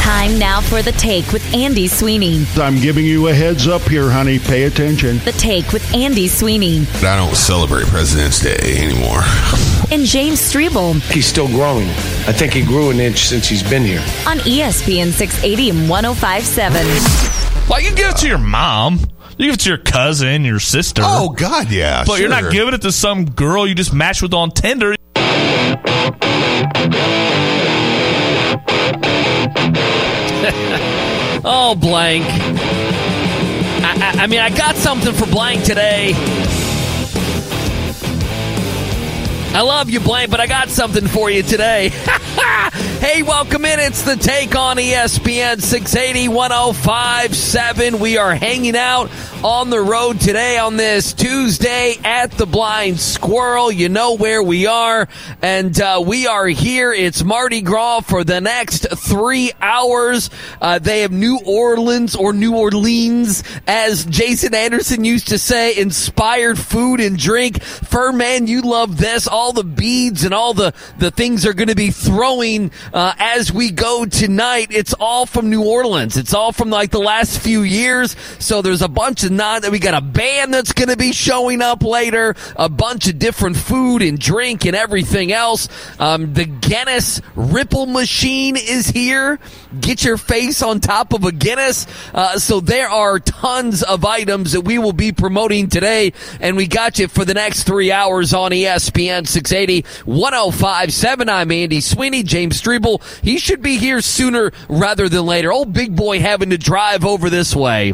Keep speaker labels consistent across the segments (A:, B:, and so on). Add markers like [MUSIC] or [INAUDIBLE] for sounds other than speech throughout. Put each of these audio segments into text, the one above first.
A: Time now for The Take with Andy Sweeney.
B: I'm giving you a heads up here, honey. Pay attention.
A: The Take with Andy Sweeney
C: I don't celebrate President's Day anymore.
A: and James Strebel
D: He's still growing. I think he grew an inch since he's been here.
A: on E ESPN 680 and 1057.
E: Like you give it to your mom, you give it to your cousin, your sister.
C: Oh God, yeah.
E: but you're not
C: sure.
E: giving it to some girl you just matched with on Tinder.
F: Oh, blank. I, I, I mean, I got something for blank today. I love you, blank, but I got something for you today. [LAUGHS] hey, welcome in. It's the take on E ESPN 680 1057. We are hanging out on the road today on this Tuesday at the Blind Squirrel. You know where we are, and uh, we are here. It's Mardi Gras for the next three hours. Uh, they have New Orleans or New Orleans, as Jason Anderson used to say, inspired food and drink. Fur man, you love this. All the beads and all the, the things are going to be throwing uh, as we go tonight. It's all from New Orleans. It's all from like the last few years. So there's a bunch of non. We got a band that's going to be showing up later. A bunch of different food and drink and everything else. Um, the Guinness Ripple Machine is here. Get your face on top of a Guinness. Uh, so there are tons of items that we will be promoting today, and we got you for the next three hours on E ESPN 680 1057. I'm Andy Sweeney, James Strebel. He should be here sooner rather than later. Old big boy having to drive over this way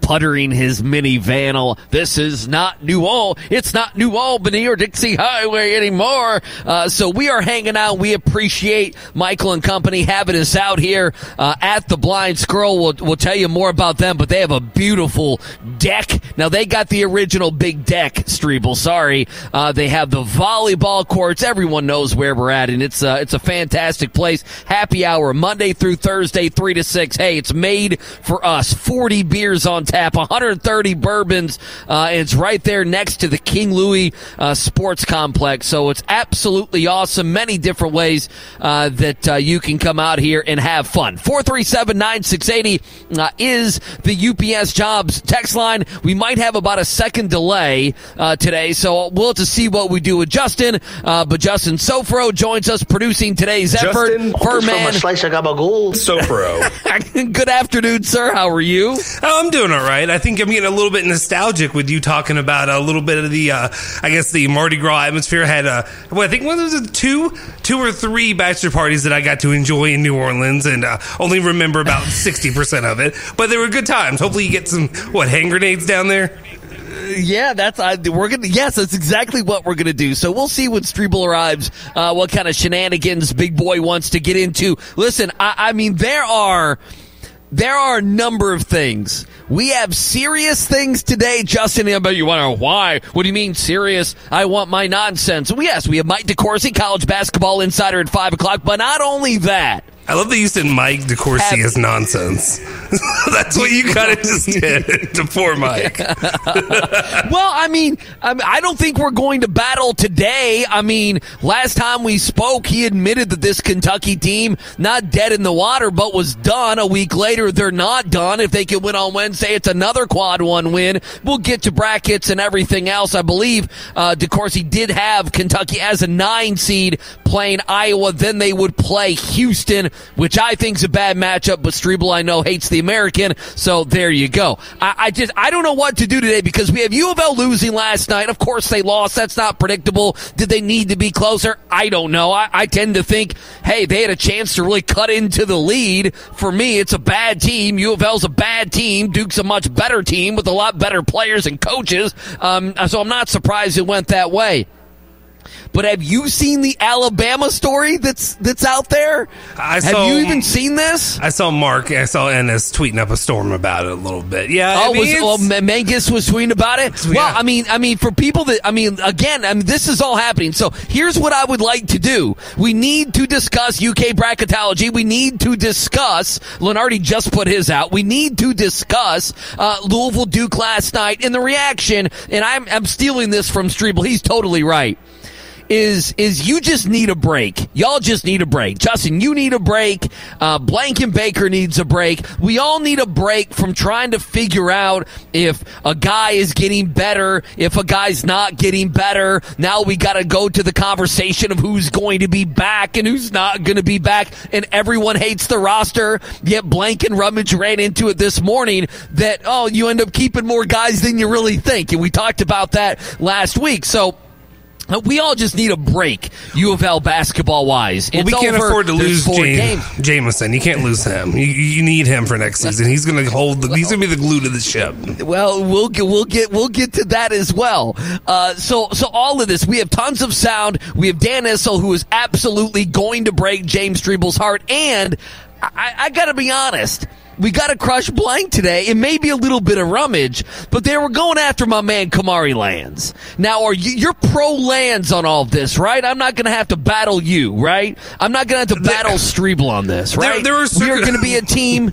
F: puttering his minivan. al- This is not New Al. It's not New Albany or Dixie Highway anymore. Uh, so we are hanging out. We appreciate Michael and company having us out here uh, at the Blind Squirrel. We'll, we'll tell you more about them, but they have a beautiful deck. Now they got the original big deck, Strebel. Sorry, uh, they have the volleyball courts. Everyone knows where we're at, and it's uh, it's a fantastic place. Happy hour Monday through Thursday, three to six. Hey, it's made for us. Forty beers on tap, 130 bourbons. Uh, and it's right there next to the King Louis uh, Sports Complex. So it's absolutely awesome. Many different ways uh, that uh, you can come out here and have fun. 437 9680 uh, is the UPS jobs text line. We might have about a second delay uh, today, so we'll have to see what we do with Justin. Uh, but Justin Sofro joins us producing today's
G: Justin,
F: effort. Furman,
G: slice of gabagool. So pro.
F: [LAUGHS] good afternoon, sir. How are you?
H: Oh, I'm doing all right. I think I'm getting a little bit nostalgic with you talking about a little bit of the, uh, I guess the Mardi Gras atmosphere had. Uh, well, I think one of the two, two or three bachelor parties that I got to enjoy in New Orleans, and uh, only
E: [LAUGHS]
H: remember about sixty percent of it. But they were good times. Hopefully, you get some what hand grenades down there.
F: Yeah, that's I, we're gonna. Yes, that's exactly what we're gonna do. So we'll see when Strebel arrives. Uh, what kind of shenanigans Big Boy wants to get into? Listen, I, I mean there are there are a number of things. We have serious things today, Justin. But you want to know why? What do you mean serious? I want my nonsense. Well, yes, we have Mike DeCourcy, college basketball insider, at five o'clock. But not only that.
H: I love that you said Mike DeCourcy is nonsense. [LAUGHS] That's what you kind of just did to poor
C: [LAUGHS]
H: Mike.
F: [LAUGHS] Well, I mean, I mean, I don't think we're going to battle today. I mean, last time we spoke, he admitted that this Kentucky team, not dead in the water, but was done. A week later, they're not done. If they can win on Wednesday, it's another quad one win. We'll get to brackets and everything else. I believe, uh, DeCourcy did have Kentucky as a nine seed playing Iowa. Then they would play Houston, which I think's a bad matchup, but Strebel, I know, hates the American. weekend. So there you go. I, I just I don't know what to do today because we have U of L losing last night. Of course they lost. That's not predictable. Did they need to be closer? I don't know. I, I tend to think, hey, they had a chance to really cut into the lead. For me, it's a bad team. U of L's a bad team. Duke's a much better team with a lot better players and coaches. Um, so I'm not surprised it went that way. But have you seen the Alabama story that's that's out there?
H: I
F: have
H: saw-
F: you even seen this?
H: I saw Mark. I saw Ennis tweeting up a storm about it a little bit. Yeah. I
F: Oh,
H: mean,
F: was,
H: it's-
F: well, M- Mangus was tweeting about it.
H: Yeah.
F: Well, I mean, I mean, for people that, I mean, again, I mean, this is all happening. So here's what I would like to do. We need to discuss UK bracketology. We need to discuss, Lenardi just put his out. We need to discuss, uh, Louisville Duke last night and the reaction. And I'm, I'm stealing this from Strebel. He's totally right is is you just need a break. Y'all just need a break. Justin, you need a break. Uh, Blankenbaker needs a break. We all need a break from trying to figure out if a guy is getting better, if a guy's not getting better. Now we got to go to the conversation of who's going to be back and who's not going to be back. And everyone hates the roster. Yet Blank and Rummage ran into it this morning that, oh, you end up keeping more guys than you really think. And we talked about that last week. So, uh, We all just need a break, U of L basketball wise.
H: Well, we can't afford to lose
F: four
H: Jame-
F: games.
H: Jameson. You can't lose him. You, you need him for next season. He's going to hold. The, he's going to be the glue to the ship.
F: Well, we'll get we'll get we'll get to that as well. Uh, so so all of this, we have tons of sound. We have Dan Issel, who is absolutely going to break James Strebel's heart, and I, I got to be honest. We got to crush blank today. It may be a little bit of rummage, but they were going after my man Kamari Lands. Now, are you, you're pro Lands on all this, right? I'm not going to have to battle you, right? I'm not going to have to battle Strebel on this,
H: There-
F: right?
H: there are
F: we are
H: certain-
F: going to be
H: [LAUGHS]
F: a team.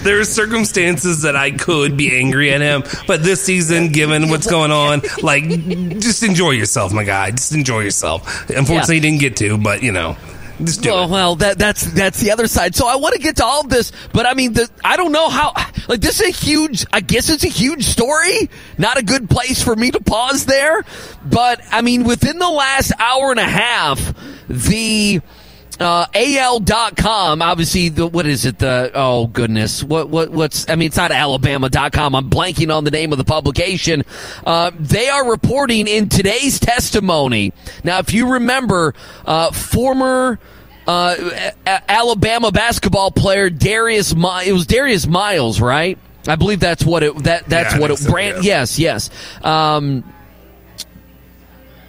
H: There are circumstances that I could be angry at him, but this season, given what's going on, like just enjoy yourself, my guy. Just enjoy yourself. Unfortunately, he
F: Yeah.
H: didn't get to, but you know, just do
F: well,
H: it.
F: well, that that's that's the other side. So I want to get to all of this, but I mean, the, I don't know how. Like, this is a huge. I guess it's a huge story. Not a good place for me to pause there, but I mean, within the last hour and a half, the. Uh, AL.com, obviously, the, what is it? The, oh goodness. What, what, what's, I mean, it's not Alabama.com. I'm blanking on the name of the publication. Uh, they are reporting in today's testimony. Now, if you remember, uh, former, uh, A- A- Alabama basketball player Darius. My- it was Darius Miles, right? I believe that's what it. That that's
H: Yeah, I
F: what it.
H: think so,
F: brand, Yes, yes. Um,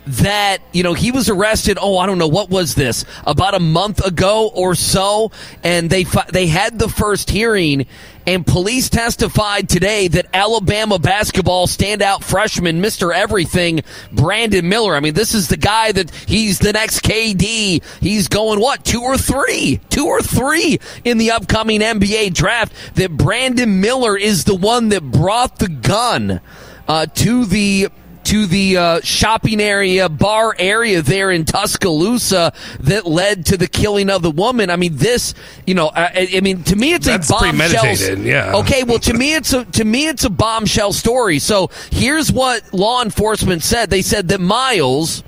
F: that you know he was arrested. Oh, I don't know what was this about a month ago or so, and they fi- they had the first hearing, and police testified today that Alabama basketball standout freshman Mister Everything Brandon Miller. I mean, this is the guy that he's the next KD. He's going what two or three, two or three in the upcoming NBA draft. That Brandon Miller is the one that brought the gun uh, to the to the uh, shopping area, bar area there in Tuscaloosa that led to the killing of the woman. I mean, this, you know, I, I mean, to me, it's
H: That's
F: a bombshell.
H: premeditated, yeah.
F: Okay, well, to me, it's a to me, it's a bombshell story. So here's what law enforcement said. They said that Miles.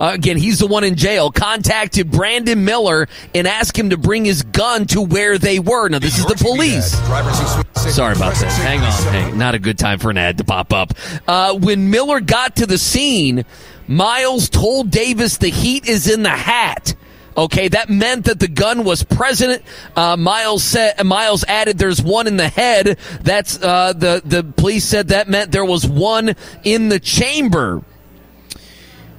F: Uh, again, he's the one in jail. Contacted Brandon Miller and asked him to bring his gun to where they were. Now, this is the police. Sorry about that. Hang on. Hang, not a good time for an ad to pop up. Uh, when Miller got to the scene, Miles told Davis the heat is in the hat. Okay, that meant that the gun was present. Uh, Miles said. Miles added, "There's one in the head." That's uh, the the police said that meant there was one in the chamber.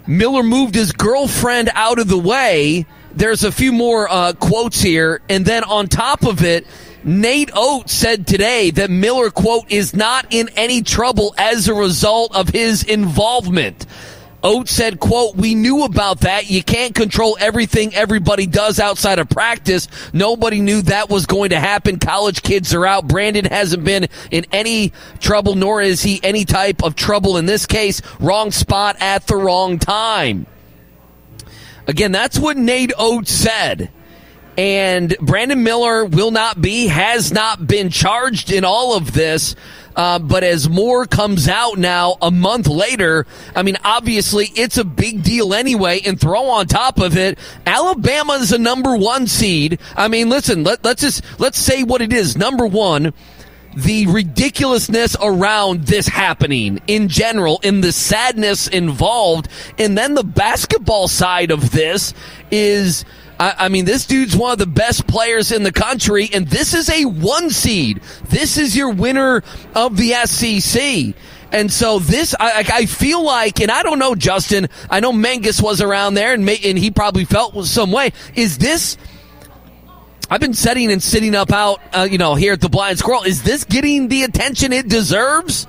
F: Miller moved his girlfriend out of the way. There's a few more uh, quotes here. And then on top of it, Nate Oates said today that Miller, quote, is not in any trouble as a result of his involvement. Oates said, quote, we knew about that. You can't control everything everybody does outside of practice. Nobody knew that was going to happen. College kids are out. Brandon hasn't been in any trouble, nor is he any type of trouble in this case. Wrong spot at the wrong time. Again, that's what Nate Oates said. And Brandon Miller will not be, has not been charged in all of this. Uh, but as more comes out now a month later, I mean, obviously it's a big deal anyway. And throw on top of it, Alabama's a number one seed. I mean, listen, let, let's just, let's say what it is. Number one, the ridiculousness around this happening in general and the sadness involved. And then the basketball side of this is, I, I mean, this dude's one of the best players in the country, and this is a one seed. This is your winner of the SEC. And so this, I, I- I feel like, and I don't know, Justin, I know Mengus was around there and, ma- and he probably felt some way. Is this, I've been setting and sitting up out, uh, you know, here at the Blind Squirrel. Is this getting the attention it deserves?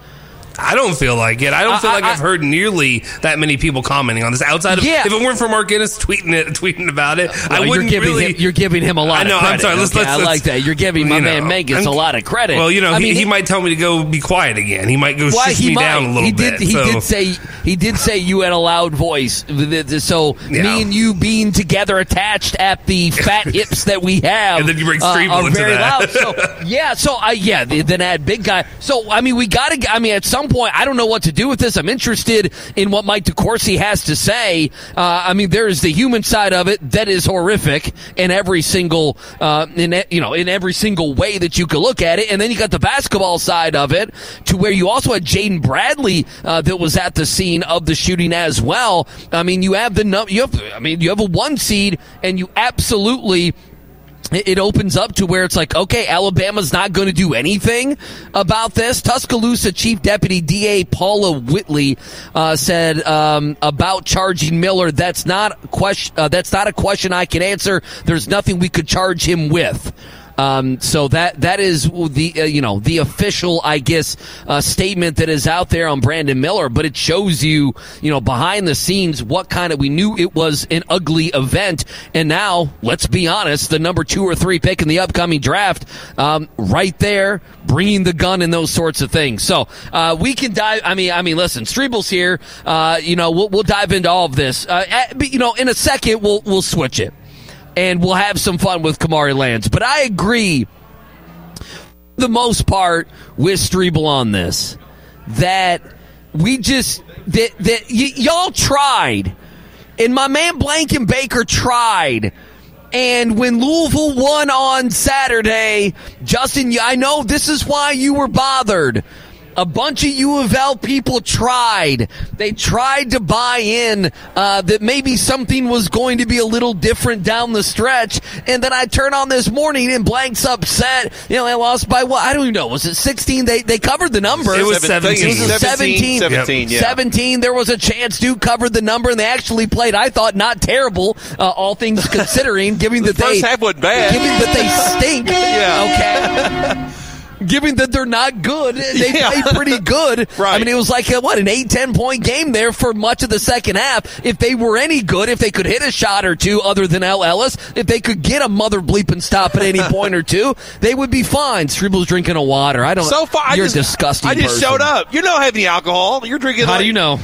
H: I don't feel like it. I don't feel
F: I-
H: like
F: I-
H: I, have heard nearly that many people commenting on this outside of
F: Yeah.
H: if it weren't for Mark Ennis tweeting it, tweeting about it, I
F: Well,
H: wouldn't
F: you're giving
H: really.
F: him, you're giving him a lot.
H: I know.
F: Of credit.
H: I'm sorry. Let's,
F: okay?
H: let's,
F: I
H: let's-
F: like that. You're giving my
H: you
F: man
H: know,
F: Mangus a
H: I'm-
F: lot of credit.
H: Well, you know,
F: I
H: he,
F: mean,
H: he,
F: it-
H: might tell me to go be quiet again. He might go
F: Why
H: shush
F: he
H: me
F: might.
H: down a little
F: he
H: bit.
F: Did, he
H: so.
F: did say he did say you had a loud voice. Th- th- So
H: Yeah.
F: me and you being together attached at
H: [LAUGHS]
F: the fat hips that we have,
H: And then you bring
F: uh,
H: Strebel
F: are
H: into
F: very
H: that. [LAUGHS]
F: loud. So yeah, so I yeah, th- then add big guy. So I mean, we got to. I mean, at some point, I don't know what to do with this. I'm interested in what Mike DeCourcy has to say. Uh, I mean, there is the human side of it that is horrific in every single uh, in e- you know in every single way that you could look at it, and then you got the basketball side of it to where you also had Jaden Bradley uh, that was at the scene of the shooting as well. I mean, you have the num- you have I mean you have a one seed, and you absolutely it it opens up to where it's like, okay, Alabama's not going to do anything about this. Tuscaloosa Chief Deputy DA Paula Whitley uh, said um, about charging Miller. That's not question. Uh, that's not a question I can answer. There's nothing we could charge him with. Um, so that that is the uh, you know the official I guess uh, statement that is out there on Brandon Miller, but it shows you you know behind the scenes what kind of we knew it was an ugly event, and now let's be honest, the number two or three pick in the upcoming draft, um, right there, bringing the gun and those sorts of things. So uh, we can dive. I mean, I mean, listen, Strebel's here. Uh, you know, we'll, we'll dive into all of this. Uh, at- but, you know, in a second, we'll we'll switch it and we'll have some fun with Kamari Lands. But I agree, for the most part, with Strebel on this. That we just that that y- y'all tried, and my man Blankenbaker tried. And when Louisville won on Saturday, Justin, you- I know this is why you were bothered. A bunch of U of L people tried. They tried to buy in uh, that maybe something was going to be a little different down the stretch. And then I turn on this morning and Blank's upset. You know, they lost by what? I don't even know. Was it 16? They they covered the number.
H: It was
F: It
H: 17.
F: was 17.
I: 17, yeah.
F: 17. There was a chance Duke covered the number, and they actually played, I thought, not terrible, uh, all things
I: [LAUGHS]
F: considering, given that they.
I: First half wasn't bad.
F: Given that they stink.
I: [LAUGHS] Yeah.
F: Okay. [LAUGHS] Given that they're not good, they
I: Yeah.
F: played pretty good.
I: [LAUGHS] Right.
F: I mean, it was like, a, what, an 8 10 point game there for much of the second half. If they were any good, if they could hit a shot or two other than L. Ellis, if they could get a mother bleeping stop
I: [LAUGHS]
F: at any point or two, they would be fine. Scribble's drinking a water. I don't
I: So far, I
F: You're
I: just,
F: a disgusting.
I: I just
F: person.
I: showed up. You're not having any alcohol. You're drinking.
F: How
I: like,
F: do you know?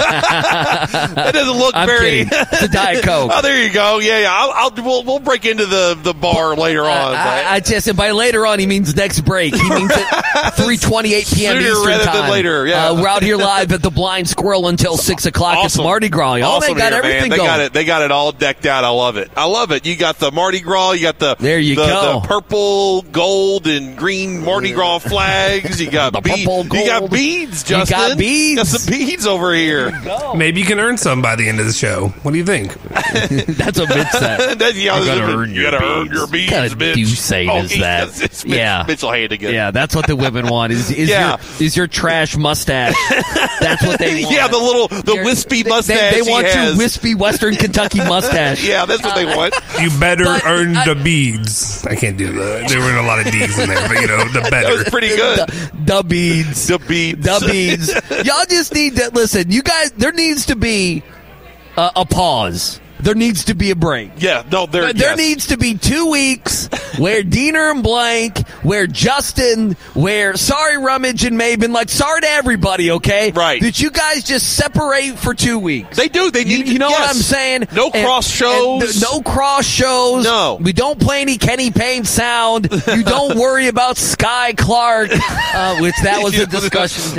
I: That doesn't look
F: I'm
I: very. [LAUGHS]
F: kidding. It's a Diet Coke.
I: oh, there you go. Yeah, yeah. I'll, I'll we'll, we'll break into the, the bar later on.
F: I, I just and by later on he means next break. He means
I: [LAUGHS]
F: at three twenty eight p.m.
I: Sooner
F: Eastern
I: rather than
F: time.
I: later, yeah.
F: uh, we're out here live at the Blind Squirrel until six o'clock. It's
I: Awesome.
F: Mardi Gras. y'all.
I: Awesome
F: they got
I: here, man.
F: everything
I: They
F: going.
I: got it. They got it all decked out. I love it. I love it. You got the Mardi Gras. You got the
F: There you
I: the,
F: go.
I: the purple, gold, and green Mardi Gras flags.
F: [LAUGHS]
I: You got
F: The
I: beads.
F: purple,
I: You got
F: gold.
I: beads,
F: You got
I: Justin.
F: beads.
I: Got some beads over here.
H: Maybe you can earn some by the end of the show. What do you think?
F: [LAUGHS] That's a bit
I: [LAUGHS]
F: set.
I: That- you
F: You gotta
I: gotta
F: earn your
I: earn your beads,
F: Kinda
I: bitch.
F: douche-ing
I: Oh,
F: is
I: he-
F: that.
I: [LAUGHS] it's- it's Mitch-
F: Yeah.
I: Mitchell Hannigan.
F: Yeah, that's what the women want. Is is
I: Yeah.
F: your is your trash mustache? That's what they want.
I: [LAUGHS] Yeah, the little the
F: Your-
I: wispy
F: they-
I: mustache.
F: They,
I: he
F: want your
I: has.
F: wispy Western
I: [LAUGHS]
F: Kentucky mustache.
I: Yeah, that's what they
F: [LAUGHS]
I: want.
H: You better
F: But
H: earn
F: I-
H: the beads. I can't do that. There weren't a lot of D's in there, but you know, the
I: That was
H: better.
I: pretty
F: [LAUGHS]
I: good.
F: The beads.
I: The beads.
F: The beads. Y'all just need to listen. You guys, there needs to be a, a pause. There needs to be a break.
I: [LAUGHS] Yeah, no, there.
F: There
I: yes.
F: needs to be two weeks
I: [LAUGHS]
F: where Diener and Blank, where Justin, where sorry Rummage and Maven, like sorry to everybody, okay? Right. That you guys just separate for two weeks.
I: They do. They need.
F: You, you know what
I: yes.
F: I'm saying?
I: No cross shows.
F: th- no cross shows.
I: No.
F: We don't play any Kenny Payne sound.
I: [LAUGHS]
F: You don't worry about Sky Clark, uh, which that was a discussion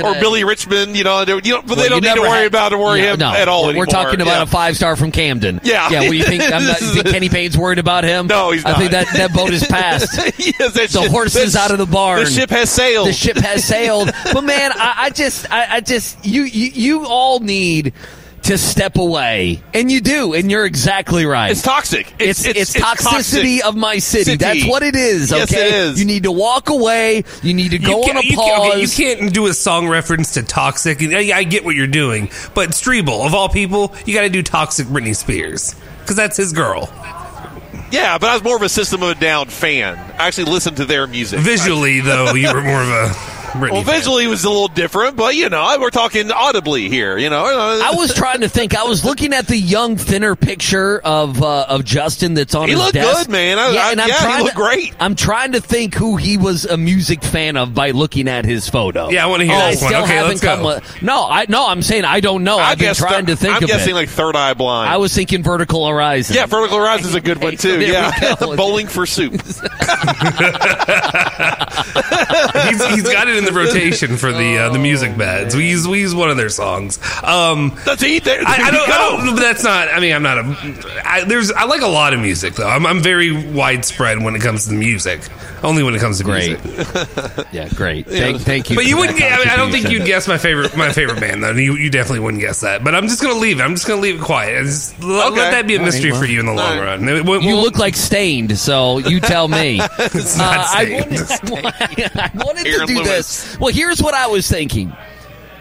I: [LAUGHS] or
F: today.
I: Billy Richmond, you know, they, you don't,
F: Well,
I: they
F: you
I: don't need to
F: never
I: worry
F: had-
I: about to worry
F: Yeah,
I: him
F: no,
I: at all
F: We're, we're
I: anymore.
F: talking about a five star from Camden.
I: [LAUGHS] Yeah.
F: yeah. What do you think? I'm not,
I: This
F: you
I: is
F: think
I: a-
F: Kenny Payne's worried about him?
I: No, he's
F: I think
I: not.
F: that that boat
I: [LAUGHS]
F: is passed.
I: Yes, that
F: the
I: ship-
F: horse
I: that
F: is
I: sh-
F: out of the barn.
I: the ship has sailed.
F: The ship
I: [LAUGHS]
F: has sailed. but man, I, I just, I, I just, you, you, you all need. To step away, and you do, and you're exactly right.
I: It's toxic. It's-
F: It's it's,
I: it's- it's
F: toxicity
I: toxic.
F: of my city.
I: City.
F: That's what it is. Okay,
I: Yes, it is.
F: you need to walk away. You need to go
H: can't-
F: on a
H: you can't-
F: pause.
H: okay, you can't do a song reference to toxic. I, I get what you're doing, but Strebel of all people, you got to do toxic Britney Spears because that's his girl.
I: Yeah, but I was more of a System of a Down fan. I actually listened to their music.
H: Visually, though, you were more of a Britney.
I: well,
H: fan.
I: visually it was a little different, but you know, we're talking audibly here. You know,
F: I was trying to think. I was looking at the young, thinner picture of uh, of Justin that's on
I: He
F: his
I: looked
F: desk.
I: good, man. I- I- yeah, he
F: trying
I: looked
F: to,
I: great.
F: I'm trying to think who he was a music fan of by looking at his photo.
H: Yeah, I wanna hear
F: And
H: this
F: I
H: one.
F: still
H: Okay,
F: haven't
H: let's
F: come
H: go.
F: with- no, I no. I'm saying I don't know.
I: I
F: I've been
I: guess
F: trying
I: thir-
F: to think
I: I'm
F: of
I: guessing
F: it.
I: like Third Eye Blind.
F: I was thinking Vertical Horizon.
I: yeah, Vertical Rise is a good one too.
F: There we
I: yeah,
F: go.
I: [LAUGHS] Bowling for
F: [LAUGHS]
I: Soup.
H: he's, he's got it in the rotation for the uh, the music beds. We use we use one of their songs. Um,
I: That's it. There,
H: I, I
I: there you
H: don't,
I: go.
H: I don't. That's not. I mean, I'm not a. I, there's. I like a lot of music though. I'm, I'm very widespread when it comes to music. Only when it comes to
F: Great.
I: [LAUGHS]
H: music.
F: yeah, great. Thank, thank you.
H: But you
F: for
H: wouldn't.
F: that
H: Get, I, mean, I don't think
F: contribution.
H: you'd guess my favorite my favorite band though. You, you definitely wouldn't guess that. But I'm just gonna leave it. I'm just gonna leave it quiet. And Just let,
I: Okay.
H: let that be a
I: All
F: right,
H: mystery
F: well.
H: for you in the long
I: All right.
H: run. It- we'll-
F: You
H: we'll-
F: look like stained, so you tell me.
H: [LAUGHS] It's not
F: Uh, I
H: stained.
F: wanted, I wanted to
I: Aaron
F: do
I: Lewis.
F: this. Well, here's what I was thinking.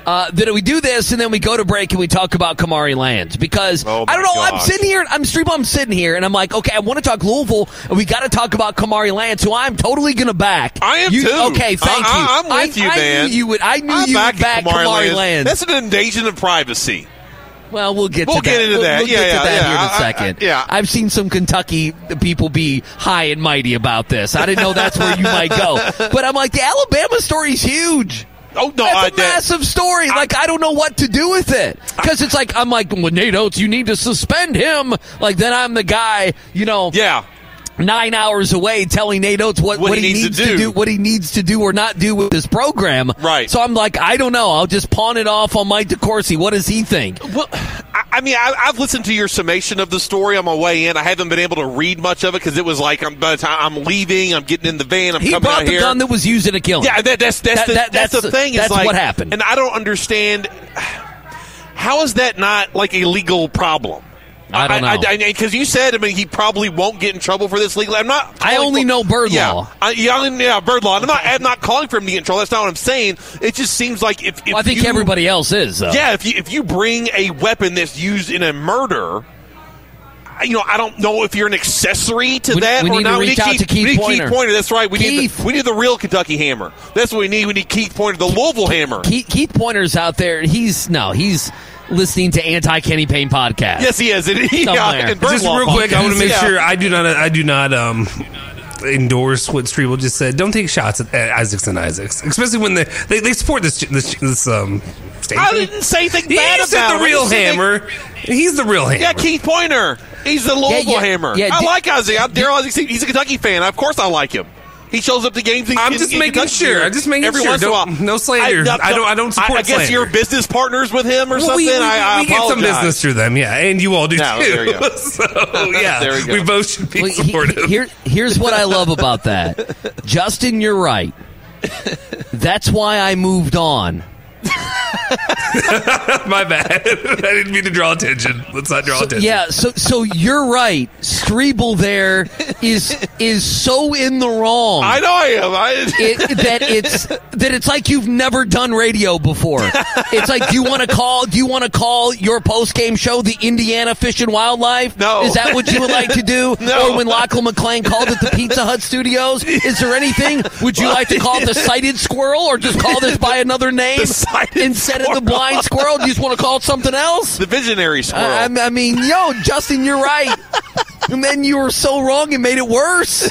F: Uh, that we do this and then we go to break and we talk about Kamari Lands because
I: Oh, my
F: I don't know. I'm
I: gosh.
F: sitting here. I'm stream. I'm sitting here and I'm like, okay, I want to talk Louisville and we got to talk about Kamari Lands, who I'm totally gonna back.
I: I am
F: You-
I: too.
F: Okay, thank
I: I, I,
F: you.
I: I'm with
F: I-
I: you,
F: I
I: man.
F: Knew you would. I knew
I: I'm
F: you would
I: backing
F: back Kamari, Lands.
I: That's an invasion of privacy.
F: Well, we'll get
I: We'll
F: to
I: get
F: that.
I: into that.
F: We'll,
I: Yeah,
F: get
I: yeah,
F: to that
I: yeah.
F: here in a
I: I- I-
F: second.
I: yeah.
F: I've seen some Kentucky people be high and mighty about this. I didn't know that's where you
I: [LAUGHS]
F: might go, but I'm like the Alabama story's huge.
I: Oh no, I,
F: That's a
I: that-
F: massive story. Like I don't know what to do with it because it's like I'm like well, Nate Oates, you need to suspend him. Like then I'm the guy, you know,
I: Yeah,
F: nine hours away telling Nate Oates what, what, he, needs, to, do. what he needs to do or not do with this program.
I: Right.
F: So I'm like, I don't know. I'll just pawn it off on Mike DeCourcy. What does he think?
I: Well, I, I mean, I, I've listened to your summation of the story on my way in. I haven't been able to read much of it because it was like I'm by the time I'm leaving, I'm getting in the van, I'm
F: He
I: coming
F: brought
I: out
F: the
I: here.
F: gun that was used in a killing.
I: yeah, that, that's that's
F: That-
I: the,
F: that-
I: that's,
F: that's
I: the
F: the-
I: thing. is
F: that's
I: like-
F: what happened.
I: and I don't understand [SIGHS] how is that not like a legal problem.
F: I don't know.
I: I because you said, I mean, he probably won't get in trouble for this legally. I'm not.
F: I
I: calling
F: only
I: for-
F: know bird
I: yeah,
F: law.
I: I, yeah, I only- yeah, bird law. And I'm not. I'm not calling for him to get in trouble. That's not what I'm saying. It just seems like if, if
F: Well, I think
I: you-
F: everybody else is. Though.
I: Yeah, if you if you bring a weapon that's used in a murder, I- you know, I don't know if you're an accessory to
F: We-
I: that
F: we
I: or
F: need to
I: not.
F: reach out to
I: we
F: Keith
I: need
F: Pointer.
I: Keith Pointer. That's right. We need
F: Keith.
I: the, we need the real Kentucky Hammer. That's what we need. We need Keith Pointer, the Louisville Hammer.
F: Keith, Keith Pointer's out there. He's no, he's listening to anti Kenny Payne podcast.
I: Yes, he is. [LAUGHS] And, he-
F: Somewhere.
I: and Bird
H: just
I: Law
H: real quick, I want to make
I: Yeah.
H: sure I do not. I do not um, endorse what Strebel just said. Don't take shots at, at Isaacs and Isaacs, especially when they they, they support this this, this um. Station.
I: I didn't say anything
H: He's
I: bad about
H: the
I: him.
H: real
I: I just said they-
H: hammer. He's the real hammer.
I: Yeah, Keith Pointer. He's the Louisville
F: yeah,
I: Hammer.
F: yeah,
I: I
F: di-
I: like Isaac. I dare Isaac. Seaton. He's a Kentucky fan. Of course, I like him. He shows up to games. in-
H: I'm
I: in-
H: just
I: in
H: making
I: Kentucky
H: sure.
I: here
H: I'm just making
I: every
H: sure.
I: Once in a
H: Don't-
I: while.
H: no slander. I don't- I don't support
I: I guess
H: slander.
I: you're business partners with him or
H: Well,
I: something.
H: we, we,
I: I, I
H: we get some
I: apologize.
H: business through them, yeah, and you all do
I: No,
H: too.
I: there you go.
H: [LAUGHS]
I: [LAUGHS]
H: so yeah,
I: There we go.
H: both should be
F: Well, he-
H: supportive.
F: here, here's what I love
I: [LAUGHS]
F: about that, Justin. You're right. That's why I moved on.
H: [LAUGHS] My bad. [LAUGHS] I didn't mean to draw attention. Let's not draw attention.
F: Yeah, so so you're right. Strebel there is is so in the wrong.
I: I know I am. [LAUGHS]
H: [LAUGHS]
I: I,
F: it, that it's that it's like you've never done radio before. It's like do you want to call? Do you want to call your post game show the Indiana Fish and Wildlife?
I: No.
F: is that what you would like to do?
I: [LAUGHS] No.
F: Or when Lachlan McLean called at the Pizza Hut Studios, is there anything? Would you like to call it the sighted squirrel, or just call this by another name
I: The sighted
F: instead of the
I: squirrel.
F: blind squirrel?
H: Uh,
F: Do you just want to call it something else?
I: the visionary squirrel.
F: I, I mean, yo, Justin, you're right. and then you were so wrong and made it worse.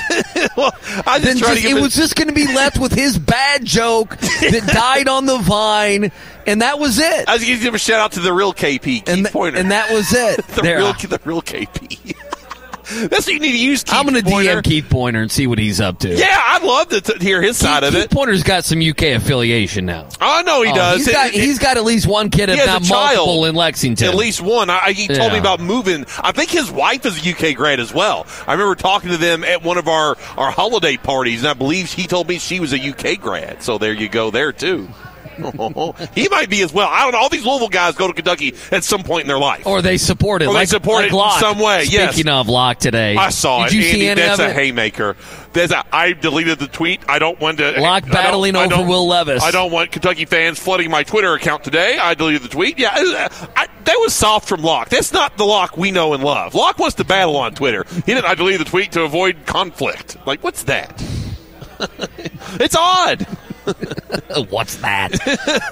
I: well, I
F: just,
I: tried to give
F: it
I: it-
F: was just going to be left with his bad joke
I: [LAUGHS]
F: that died on the vine, and that was it.
I: I was going to give a shout out to the real KP, Keith
F: And, th-
I: Pointer.
F: and that was it.
I: [LAUGHS] the
F: There.
I: real, the real KP. [LAUGHS] That's what you need to use. Keith
F: I'm going to
I: Pointer.
F: DM Keith Pointer and see what he's up to.
I: Yeah, I'd love to t- hear his side of
F: Keith
I: it.
F: Pointer's got some UK affiliation now.
I: I know he
F: Oh,
I: does.
F: He's
I: It-
F: got,
I: it-
F: he's got at least one kid,
I: He
F: if
I: has
F: not
I: a child.
F: multiple, in Lexington.
I: At least one. I, I- he told me
F: Yeah.
I: about moving. I think his wife is a UK grad as well. I remember talking to them at one of our, our holiday parties, and I believe he told me she was a UK grad. So there you go, there too. [LAUGHS] he might be as well. I don't know. All these Louisville guys go to Kentucky at some point in their life.
F: Or they support it.
I: Or they
F: like,
I: support
F: like
I: it in
F: Locke.
I: some way, yes.
F: Speaking of Locke today,
I: I saw
F: Did
I: it.
F: you
I: Andy,
F: see any
I: that's
F: of
I: a
F: it?
I: haymaker. There's a, I deleted the tweet. I don't want to.
F: Locke
I: I don't-
F: battling
I: I
F: over
I: don't-
F: Will Levis.
I: I don't want Kentucky fans flooding my Twitter account today. I deleted the tweet. Yeah, I, I, that was soft from Locke. That's not the Locke we know and love. Locke wants to battle on Twitter. He didn't. I deleted the tweet to avoid conflict. Like, what's that? it's odd.
F: [LAUGHS] What's that?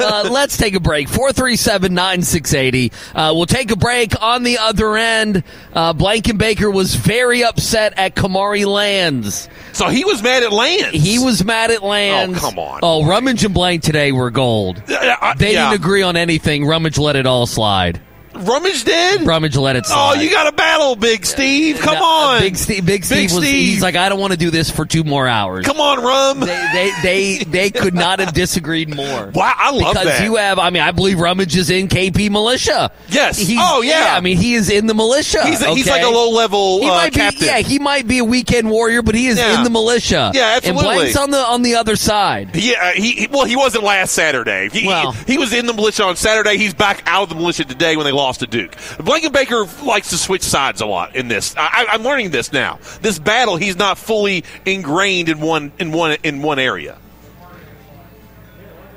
F: uh, let's take a break. 437 9680. Uh, we'll take a break. On the other end, uh, Blankenbaker was very upset at Kamari Lands.
I: So he was mad at Lance.
F: He was mad at Lands.
I: Oh, come on.
F: Oh, Rummage and Blank today were gold.
I: Yeah, Uh, I-
F: They
I: yeah.
F: didn't agree on anything. Rummage let it all slide.
I: Rummage did.
F: Rummage let it
I: Oh,
F: slide.
I: you got a battle, Big Steve. Come
F: No,
I: on,
F: Big Steve. Big Steve
I: Big
F: was. He's
I: Steve.
F: like, I don't want to do this for two more hours.
I: Come on, Rum.
F: They, they, they, they could not have disagreed more.
I: Wow, I love
F: because
I: that.
F: you have, I mean, I believe Rummage is in KP militia.
I: Yes.
F: He's-
I: Oh, yeah.
F: I mean, he is in the militia.
I: [LAUGHS] He's, a, he's
F: okay?
I: like a low level
F: He
I: uh,
F: might
I: captain.
F: be, yeah, he might be a weekend warrior, but he is
I: Yeah.
F: in the militia.
I: Yeah,
F: And
I: absolutely.
F: Blake's on the on the other side.
I: Yeah, he, he well, he wasn't last Saturday. He,
F: Well.
I: he, he was in the militia on Saturday. He's back out of the militia today when they lost to Duke. Blankenbaker likes to switch sides a lot in this. I, I- I'm learning this now. This battle, he's not fully ingrained in one in one in one area.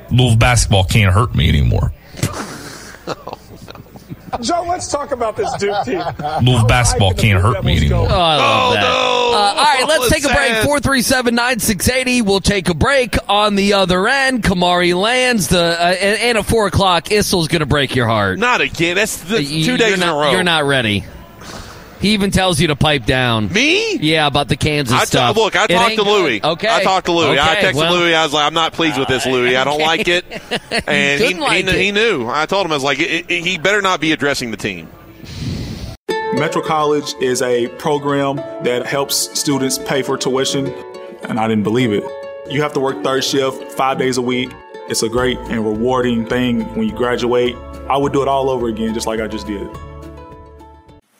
E: Louisville basketball can't hurt
J: [LAUGHS]
E: me anymore.
J: John, let's talk about this Duke team.
E: Louisville basketball can't hurt me anymore.
F: Oh, I love
I: Oh,
F: that.
I: no. Oh,
F: Uh, all right, let's take a break.
I: Sad.
F: 437 9680. We'll take a break on the other end. Kamari lands the uh, and, and at 4 o'clock, Issel's going to break your heart.
I: Not again. That's the,
F: You-
I: two
F: you're
I: days in
F: not,
I: a row.
F: You're not ready. He even tells you to pipe down.
I: me.
F: Yeah, about the Kansas
I: I ta-
F: stuff.
I: look, I
F: It
I: talked
F: ain't
I: to
F: good.
I: Louie.
F: Okay,
I: I talked to Louie. I
F: Okay,
I: texted
F: well,
I: Louie. I was like, I'm not pleased with this, Louie. I don't like
F: [LAUGHS]
I: it. And he,
F: didn't like
I: he, kn-
F: it.
I: he knew. I told him I was like, it, it, he better not be addressing the team.
K: Metro College is a program that helps students pay for tuition, and I didn't believe it. You have to work third shift five days a week. It's a great and rewarding thing when you graduate. I would do it all over again, just like I just did.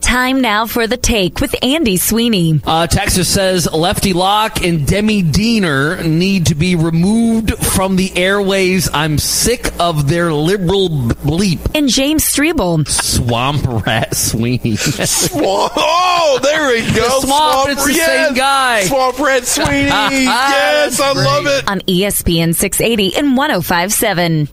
A: Time now for the take with Andy Sweeney.
F: Uh, Texas says Lefty Locke and Demi Diener need to be removed from the airways. I'm sick of their liberal bleep.
A: And James Strebel.
F: Swamp Rat [LAUGHS] Sweeney.
I: Swamp. Oh, there
F: [LAUGHS]
I: we go.
F: The swamp, it's the
I: yes.
F: same guy.
I: Swamp Red
F: [LAUGHS]
I: Sweeney. yes, I love it.
A: On E ESPN 680 and 1057.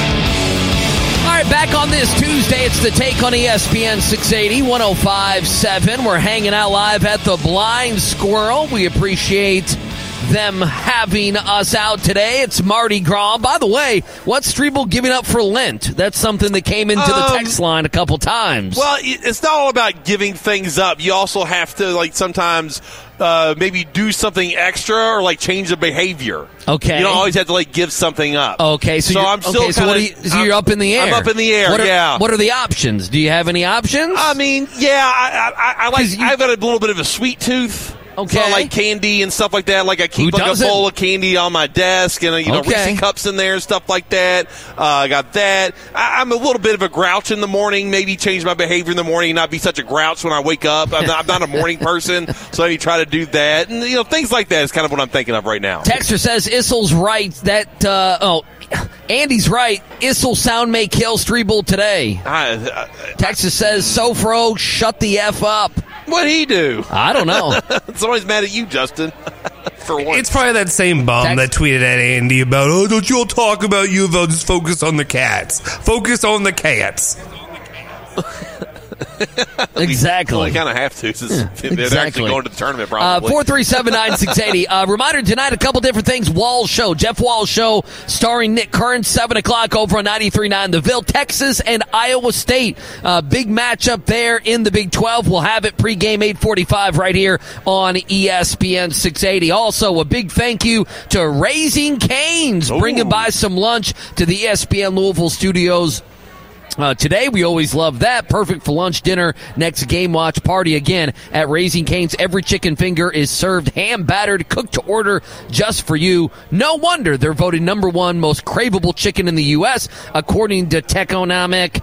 F: All right, back on this Tuesday, it's the take on E ESPN 680 1057. We're hanging out live at the Blind Squirrel. We appreciate them having us out today. It's Mardi Gras. By the way, what's Strebel giving up for Lent? That's something that came into the
I: Um,
F: text line a couple times.
I: Well, i- it's not all about giving things up. You also have to like sometimes uh, maybe do something extra or like change the behavior.
F: Okay.
I: you don't always have to like give something up.
F: Okay, so, you're,
I: I'm still
F: okay, so, what are
I: kinda-
F: you, so you're
I: I'm-
F: up in the air.
I: I'm up in the air.
F: What are,
I: yeah.
F: What are the options? Do you have any options?
I: I mean, yeah, I, I, I like. I've got a little bit of a sweet tooth. Okay. So like candy and stuff like that. Like I keep
F: Who
I: like a
F: doesn't?
I: bowl of candy on my desk and uh, you know
F: Okay.
I: Reese's cups in there and stuff like that. Uh, I got that. I, I'm a little bit of a grouch in the morning. Maybe change my behavior in the morning and not be such a grouch when I wake up. I'm not, I'm not a
F: [LAUGHS]
I: morning person, so I need to try to do that. And you know things like that is kind of what I'm thinking of right now.
F: Texter says Issel's right. That uh, oh, Andy's right. Issel sound may kill Strebel today.
I: uh,
F: Texas says Sofro, shut the f up.
I: What'd he do?
F: I don't know.
I: Somebody's mad at you, Justin. [LAUGHS] For one,
H: It's probably that same bum that tweeted at Andy about, oh, don't you all talk about UFO, just focus on the cats. Focus on the cats.
F: exactly.
I: [LAUGHS] We kind of have to. 'cause it's- they're
F: exactly.
I: actually going to the tournament
F: Uh,
I: probably.
F: Four three seven nine six eighty. Uh, reminder tonight: a couple different things. Wall show, Jeff Wall show, starring Nick Kern, seven o'clock over on 93.9 The Ville, Texas and Iowa State. Uh, big matchup there in the Big Twelve. We'll have it pregame eight forty five right here on E ESPN six eighty. Also, a big thank you to Raising Canes, bringing by some lunch to the E ESPN Louisville studios. Uh, today, we always love that. Perfect for lunch, dinner, next game watch party. Again, at Raising Cane's, every chicken finger is served ham battered, cooked to order just for you. No wonder they're voted number one most craveable chicken in the U.S. According to Techonomic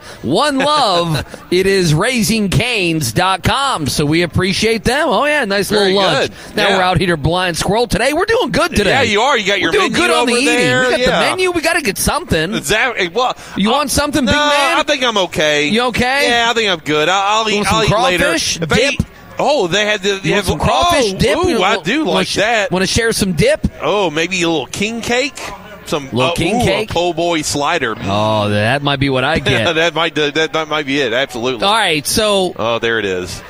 I: [LAUGHS]
F: One Love, it is raisingcanes.com. So we appreciate them. Oh, yeah, nice
I: Very
F: little lunch.
I: good.
F: Now
I: Yeah.
F: we're out here blind squirrel today. We're doing good today.
I: Yeah, you are. You got
F: We're
I: your
F: doing
I: menu
F: good on the
I: over
F: eating.
I: there.
F: We got
I: Yeah.
F: the menu. We got to get something.
I: Exactly. eh, Well, uh,
F: you want something,
I: no,
F: big man?
I: I think I'm okay.
F: You okay?
I: Yeah, I think I'm good. I- I'll, eat.
F: You want some
I: I'll eat later.
F: crawfish
I: If I
F: dip?
I: eat- oh, they had the they
F: You
I: have
F: want some crawfish
I: oh,
F: dip?
I: Ooh,
F: You
I: I
F: want-
I: do
F: wanna
I: like
F: sh-
I: that.
F: Want to share some dip?
I: Oh, maybe a little king cake. Some
F: Little
I: uh,
F: king
I: ooh, a
F: cake?
I: po' boy slider.
F: Oh, that might be
I: [LAUGHS]
F: what I get.
I: that might do- that, that might be it. Absolutely.
F: All right, so
I: Oh, there it is.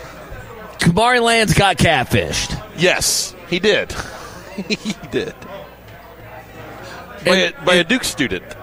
F: Kumari Lands got catfished.
I: Yes, he did. [LAUGHS] he did. By, a, by a Duke student. [LAUGHS]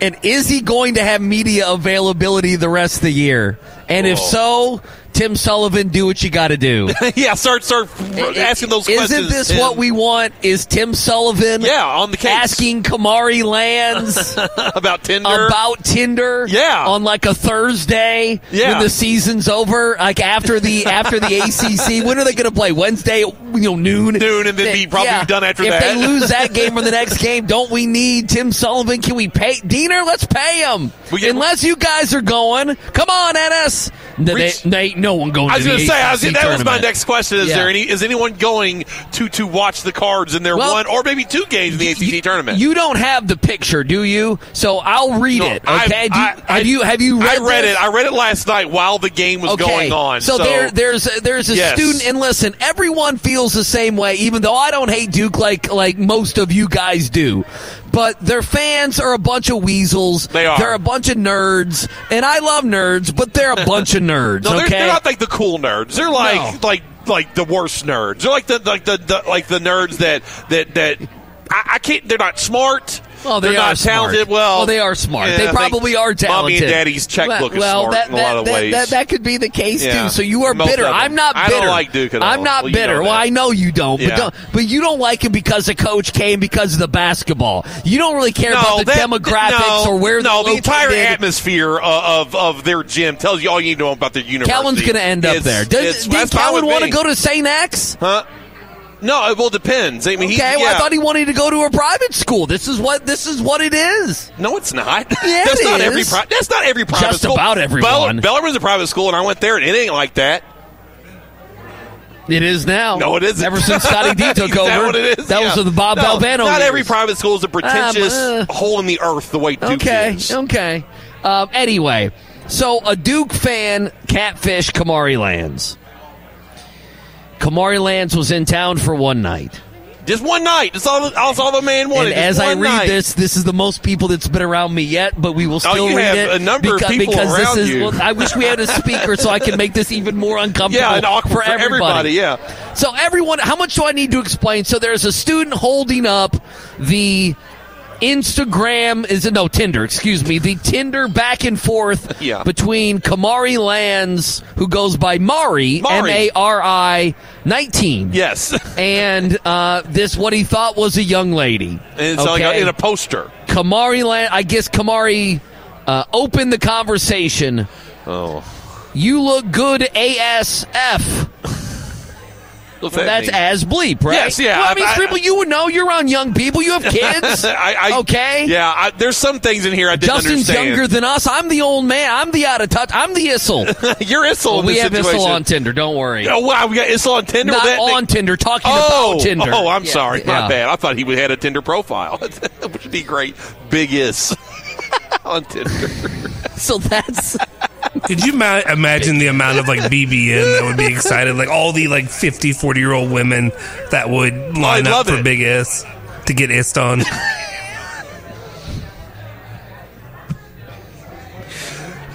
F: And is he going to have media availability the rest of the year? And if so, Tim Sullivan, do what you got
I: [LAUGHS]
F: to do.
I: yeah, start start asking those questions.
F: Isn't this
I: Tim.
F: what we want? Is Tim Sullivan?
I: Yeah, on the case.
F: asking Kamari
I: [LAUGHS]
F: Lands
I: [LAUGHS] about Tinder?
F: about Tinder. Yeah, on like a Thursday
I: Yeah.
F: when the season's over, like
I: [LAUGHS]
F: after the after the ACC. When are they going to play? Wednesday, you know, noon.
I: Noon, and then be probably done after
F: if
I: that.
F: they
I: [LAUGHS]
F: lose that game or the next game, don't we need Tim Sullivan? Can we pay Diener? Let's pay him. Unless you guys are going, come on, NS. No, they,
I: Reach-
F: they- no one goes.
I: I was
F: to
I: going
F: the
I: to say I was,
F: ACC
I: that was my
F: tournament.
I: next question. Is
F: Yeah.
I: there any? Is anyone going to to watch the cards in their
F: Well,
I: one or maybe two games in the ACC tournament?
F: You don't have the picture, do you? So I'll read
I: No,
F: it.
I: I-
F: Okay. do you,
I: I-
F: have you have you read?
I: I read
F: this?
I: it. I read it last night while the game was going on.
F: So,
I: So,
F: there, there's a, there's a
I: Yes.
F: student, and listen, everyone feels the same way. Even though I don't hate Duke like like most of you guys do, but their fans are a bunch of weasels. They
I: are.
F: They're a bunch of nerds, and I love nerds, but they're a
I: [LAUGHS]
F: bunch of nerds.
I: No, they're,
F: okay.
I: they're not like the cool nerds. They're like
F: No.
I: like like the worst nerds. They're like the like the, the like the nerds that that that I, I can't. They're not smart.
F: Well, they
I: are not
F: smart.
I: talented. Well,
F: they are smart.
I: yeah, I
F: they
I: think
F: probably are talented.
I: Mommy and daddy's checkbook is
F: well,
I: smart
F: that,
I: in a
F: that-
I: lot of
F: that-
I: ways.
F: That, that could be the case
I: Yeah.
F: too. So you are
I: Most
F: bitter.
I: of them.
F: I'm not
I: I
F: bitter.
I: don't like Duke at
F: I'm
I: all.
F: not
I: Well, you know
F: bitter. well,
I: that.
F: I know you don't. But
I: Yeah.
F: don't, but you don't like him because the coach came because of the basketball. You don't really care about the
I: that-
F: demographics
I: no,
F: or where
I: no, the entire
F: located.
I: atmosphere of, of of their gym tells you all you need to know about their university.
F: Callan's going to end up
I: It's-
F: there.
I: it's-
F: Does, did
I: that's fine
F: Callan
I: with
F: want to
I: me.
F: go to St. X?
I: Huh? No, it well depends. I mean,
F: Okay,
I: he, yeah.
F: well, I thought he wanted to go to a private school. This is what this is what it is.
I: No, it's not.
F: Yeah,
I: that's
F: it
I: not
F: is.
I: every. Pri- that's not every private
F: Just
I: school.
F: about everyone.
I: Bell- Bellarine's a private school, and I went there, and it ain't like that.
F: It is now.
I: No, it isn't.
F: Ever since Scotty D
I: [LAUGHS]
F: took
I: is
F: over,
I: that what it is?
F: that
I: Yeah.
F: was the Bob
I: no,
F: Valvano.
I: Not every
F: years.
I: private school is a pretentious
F: Um,
I: hole in the earth the way Duke
F: Okay,
I: is.
F: okay. Um, anyway, so a Duke fan catfish Kamari Lands. Kamari Lands was in town for one night.
I: Just one night. That's all. That's all the man wanted.
F: And as
I: Just
F: I
I: one
F: read
I: night. Oh,
F: this, this is the most people that's been around me yet, but we will still
I: you
F: read
I: have
F: it.
I: a number of
F: because,
I: people
F: because this
I: around
F: is,
I: you.
F: well, I wish we had a speaker so I can make this even more
I: [LAUGHS]
F: uncomfortable
I: yeah, and awkward
F: for
I: everybody. Yeah.
F: So everyone, how much do I need to explain? So there's a student holding up the Instagram is it no Tinder? Excuse me, the Tinder back and
I: [LAUGHS]
F: forth
I: Yeah.
F: between Kamari Lands, who goes by Mari, M
I: Mari.
F: A R I, nineteen.
I: Yes,
F: and uh, this what he thought was a young lady.
I: And it's like a, in a poster. [LAUGHS]
F: Kamari Land. I guess Kamari uh, opened the conversation.
I: Oh.
F: You look good, ASF.
I: What's
F: Well,
I: that
F: that's
I: mean?
F: as bleep, right?
I: Yes, yeah.
F: Well, I mean,
I: I- I-
F: people, you would know. You're around young people. You have
I: [LAUGHS]
F: kids.
I: I, I,
F: okay.
I: Yeah, I, there's some things in here I didn't
F: Justin's
I: understand.
F: younger than us. I'm the old man. I'm the out of touch. I'm the
I: [LAUGHS]
F: Issel.
I: You're Issel.
F: Well,
I: in
F: we
I: this
F: have
I: situation.
F: Issel on Tinder. Don't worry.
I: Oh wow, we got Issel on Tinder.
F: Not
I: That-
F: on Tinder. Talking
I: oh,
F: about Tinder.
I: Oh, I'm
F: Yeah.
I: sorry. My
F: Yeah.
I: bad. I thought he had a Tinder profile, [LAUGHS] which would be great. Big Is [LAUGHS] on Tinder.
F: So that's
L: [LAUGHS]
H: Could you ma- imagine the amount of like BBN that would be excited? Like all the like 50, 40 year old women that would line
I: love
H: up for
I: it.
H: Big S to get issed on.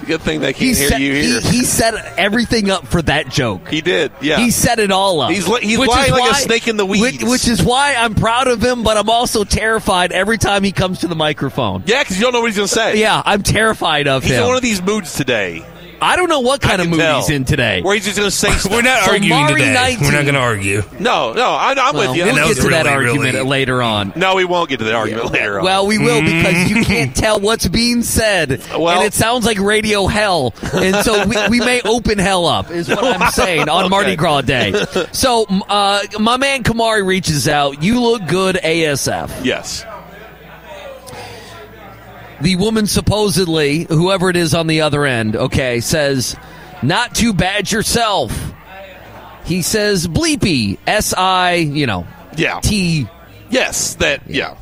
I: Good thing they
F: He
I: can't hear
F: set,
I: you
F: he,
I: here.
F: he set everything up for that joke.
I: He did, yeah.
F: He set it all up.
I: He's li- he's
F: Which is
I: lying like a
F: why-
I: snake in the
F: which-
I: weeds.
F: Which, is why I'm proud of him, but I'm also terrified every time he comes to the microphone.
I: yeah, because you don't know what he's going to say.
F: Yeah, I'm terrified of
I: he's
F: him.
I: in one of these moods today.
F: I don't know what kind of mood
I: tell.
F: he's in today.
I: Where he's just going to
F: [LAUGHS]
I: say stuff.
H: We're not
F: So
H: arguing
F: Mari
H: today.
F: 19.
H: We're not going to argue.
I: No, no, I, I'm
F: Well,
I: with you.
F: we'll
H: And that
F: get
H: was
F: to that
H: really, really- [LAUGHS]
F: argument later on.
I: No, we won't get to the argument later on.
F: Well, we will
H: [LAUGHS]
F: because you can't tell what's being said,
I: Well-
F: and it sounds like radio hell, and so we, we may open hell up, is what I'm saying
I: [LAUGHS]
F: on
I: Okay.
F: Mardi Gras Day. So, m- uh, my man Kamari reaches out. You look good, ASF.
I: Yes.
F: The woman, supposedly, whoever it is on the other end, okay, says, "Not too bad yourself." He says, "Bleepy, S I, you know,
I: Yeah.
F: T."
I: Yes, that, yeah.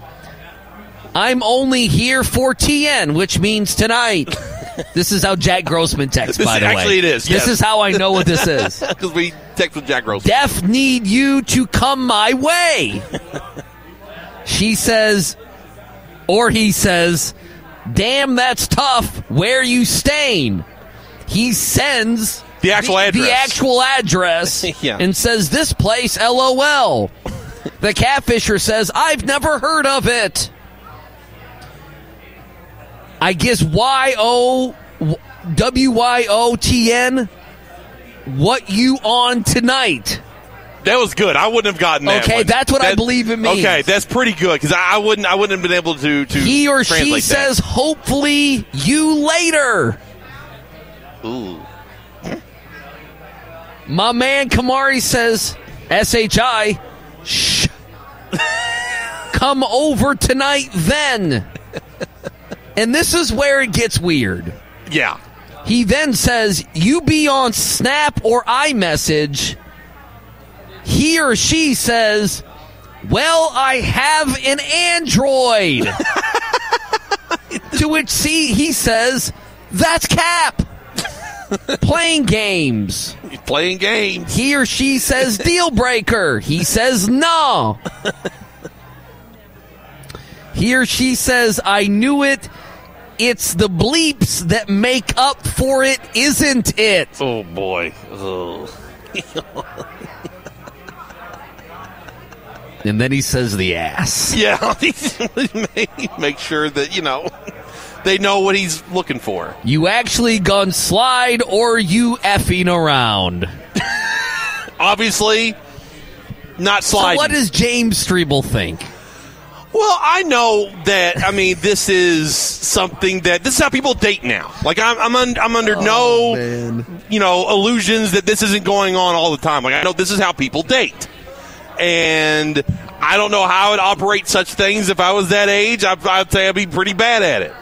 F: I'm only here for TN, which means tonight. [LAUGHS] This is how Jack Grossman texts,
I: This
F: by the way.
I: actually it is,
F: This
I: yes.
F: is how I know what this is.
I: Because we text with Jack Rose.
F: Def need you to come my way. She says, or he says, damn, that's tough. Where you staying? He sends
I: The actual address.
F: the actual address
I: Yeah.
F: and says, this place, LOL. The catfisher says, I've never heard of it. I guess Y O W Y O T N. What you on tonight?
I: That was good. I wouldn't have gotten that.
F: Okay,
I: one.
F: that's what I believe it means.
I: Okay, that's pretty good because I, I wouldn't. I wouldn't have been able to. to
F: He or she
I: translate that.
F: says, hopefully you later.
I: Ooh.
F: My man Kamari says, S H I, shh. Come over tonight then. And this is where it gets weird.
I: "Yeah,
F: He then says, You be on Snap or iMessage. He or she says, Well, I have an Android. to which see, he says, That's Cap. Playing games.
I: he's playing games."
F: He or she says, Deal breaker. He says, No. He or she says, I knew it. It's the bleeps that make up for it, isn't it?
I: Oh boy. Oh.
F: And then he says the ass.
I: Yeah. [LAUGHS] make- Make sure that you know [LAUGHS] they know what he's looking for.
F: You actually gone slide or you effing around.
I: Obviously, not sliding.
F: So what does James Strebel think?
I: Well, I know that. I mean, this is something that this is how people date now. Like I'm, I'm, un, I'm under
F: Oh,
I: no, you know, illusions that this isn't going on all the time. Like I know this is how people date, and I don't know how it operates such things. If I was that age, I, I'd say I'd be pretty bad at it.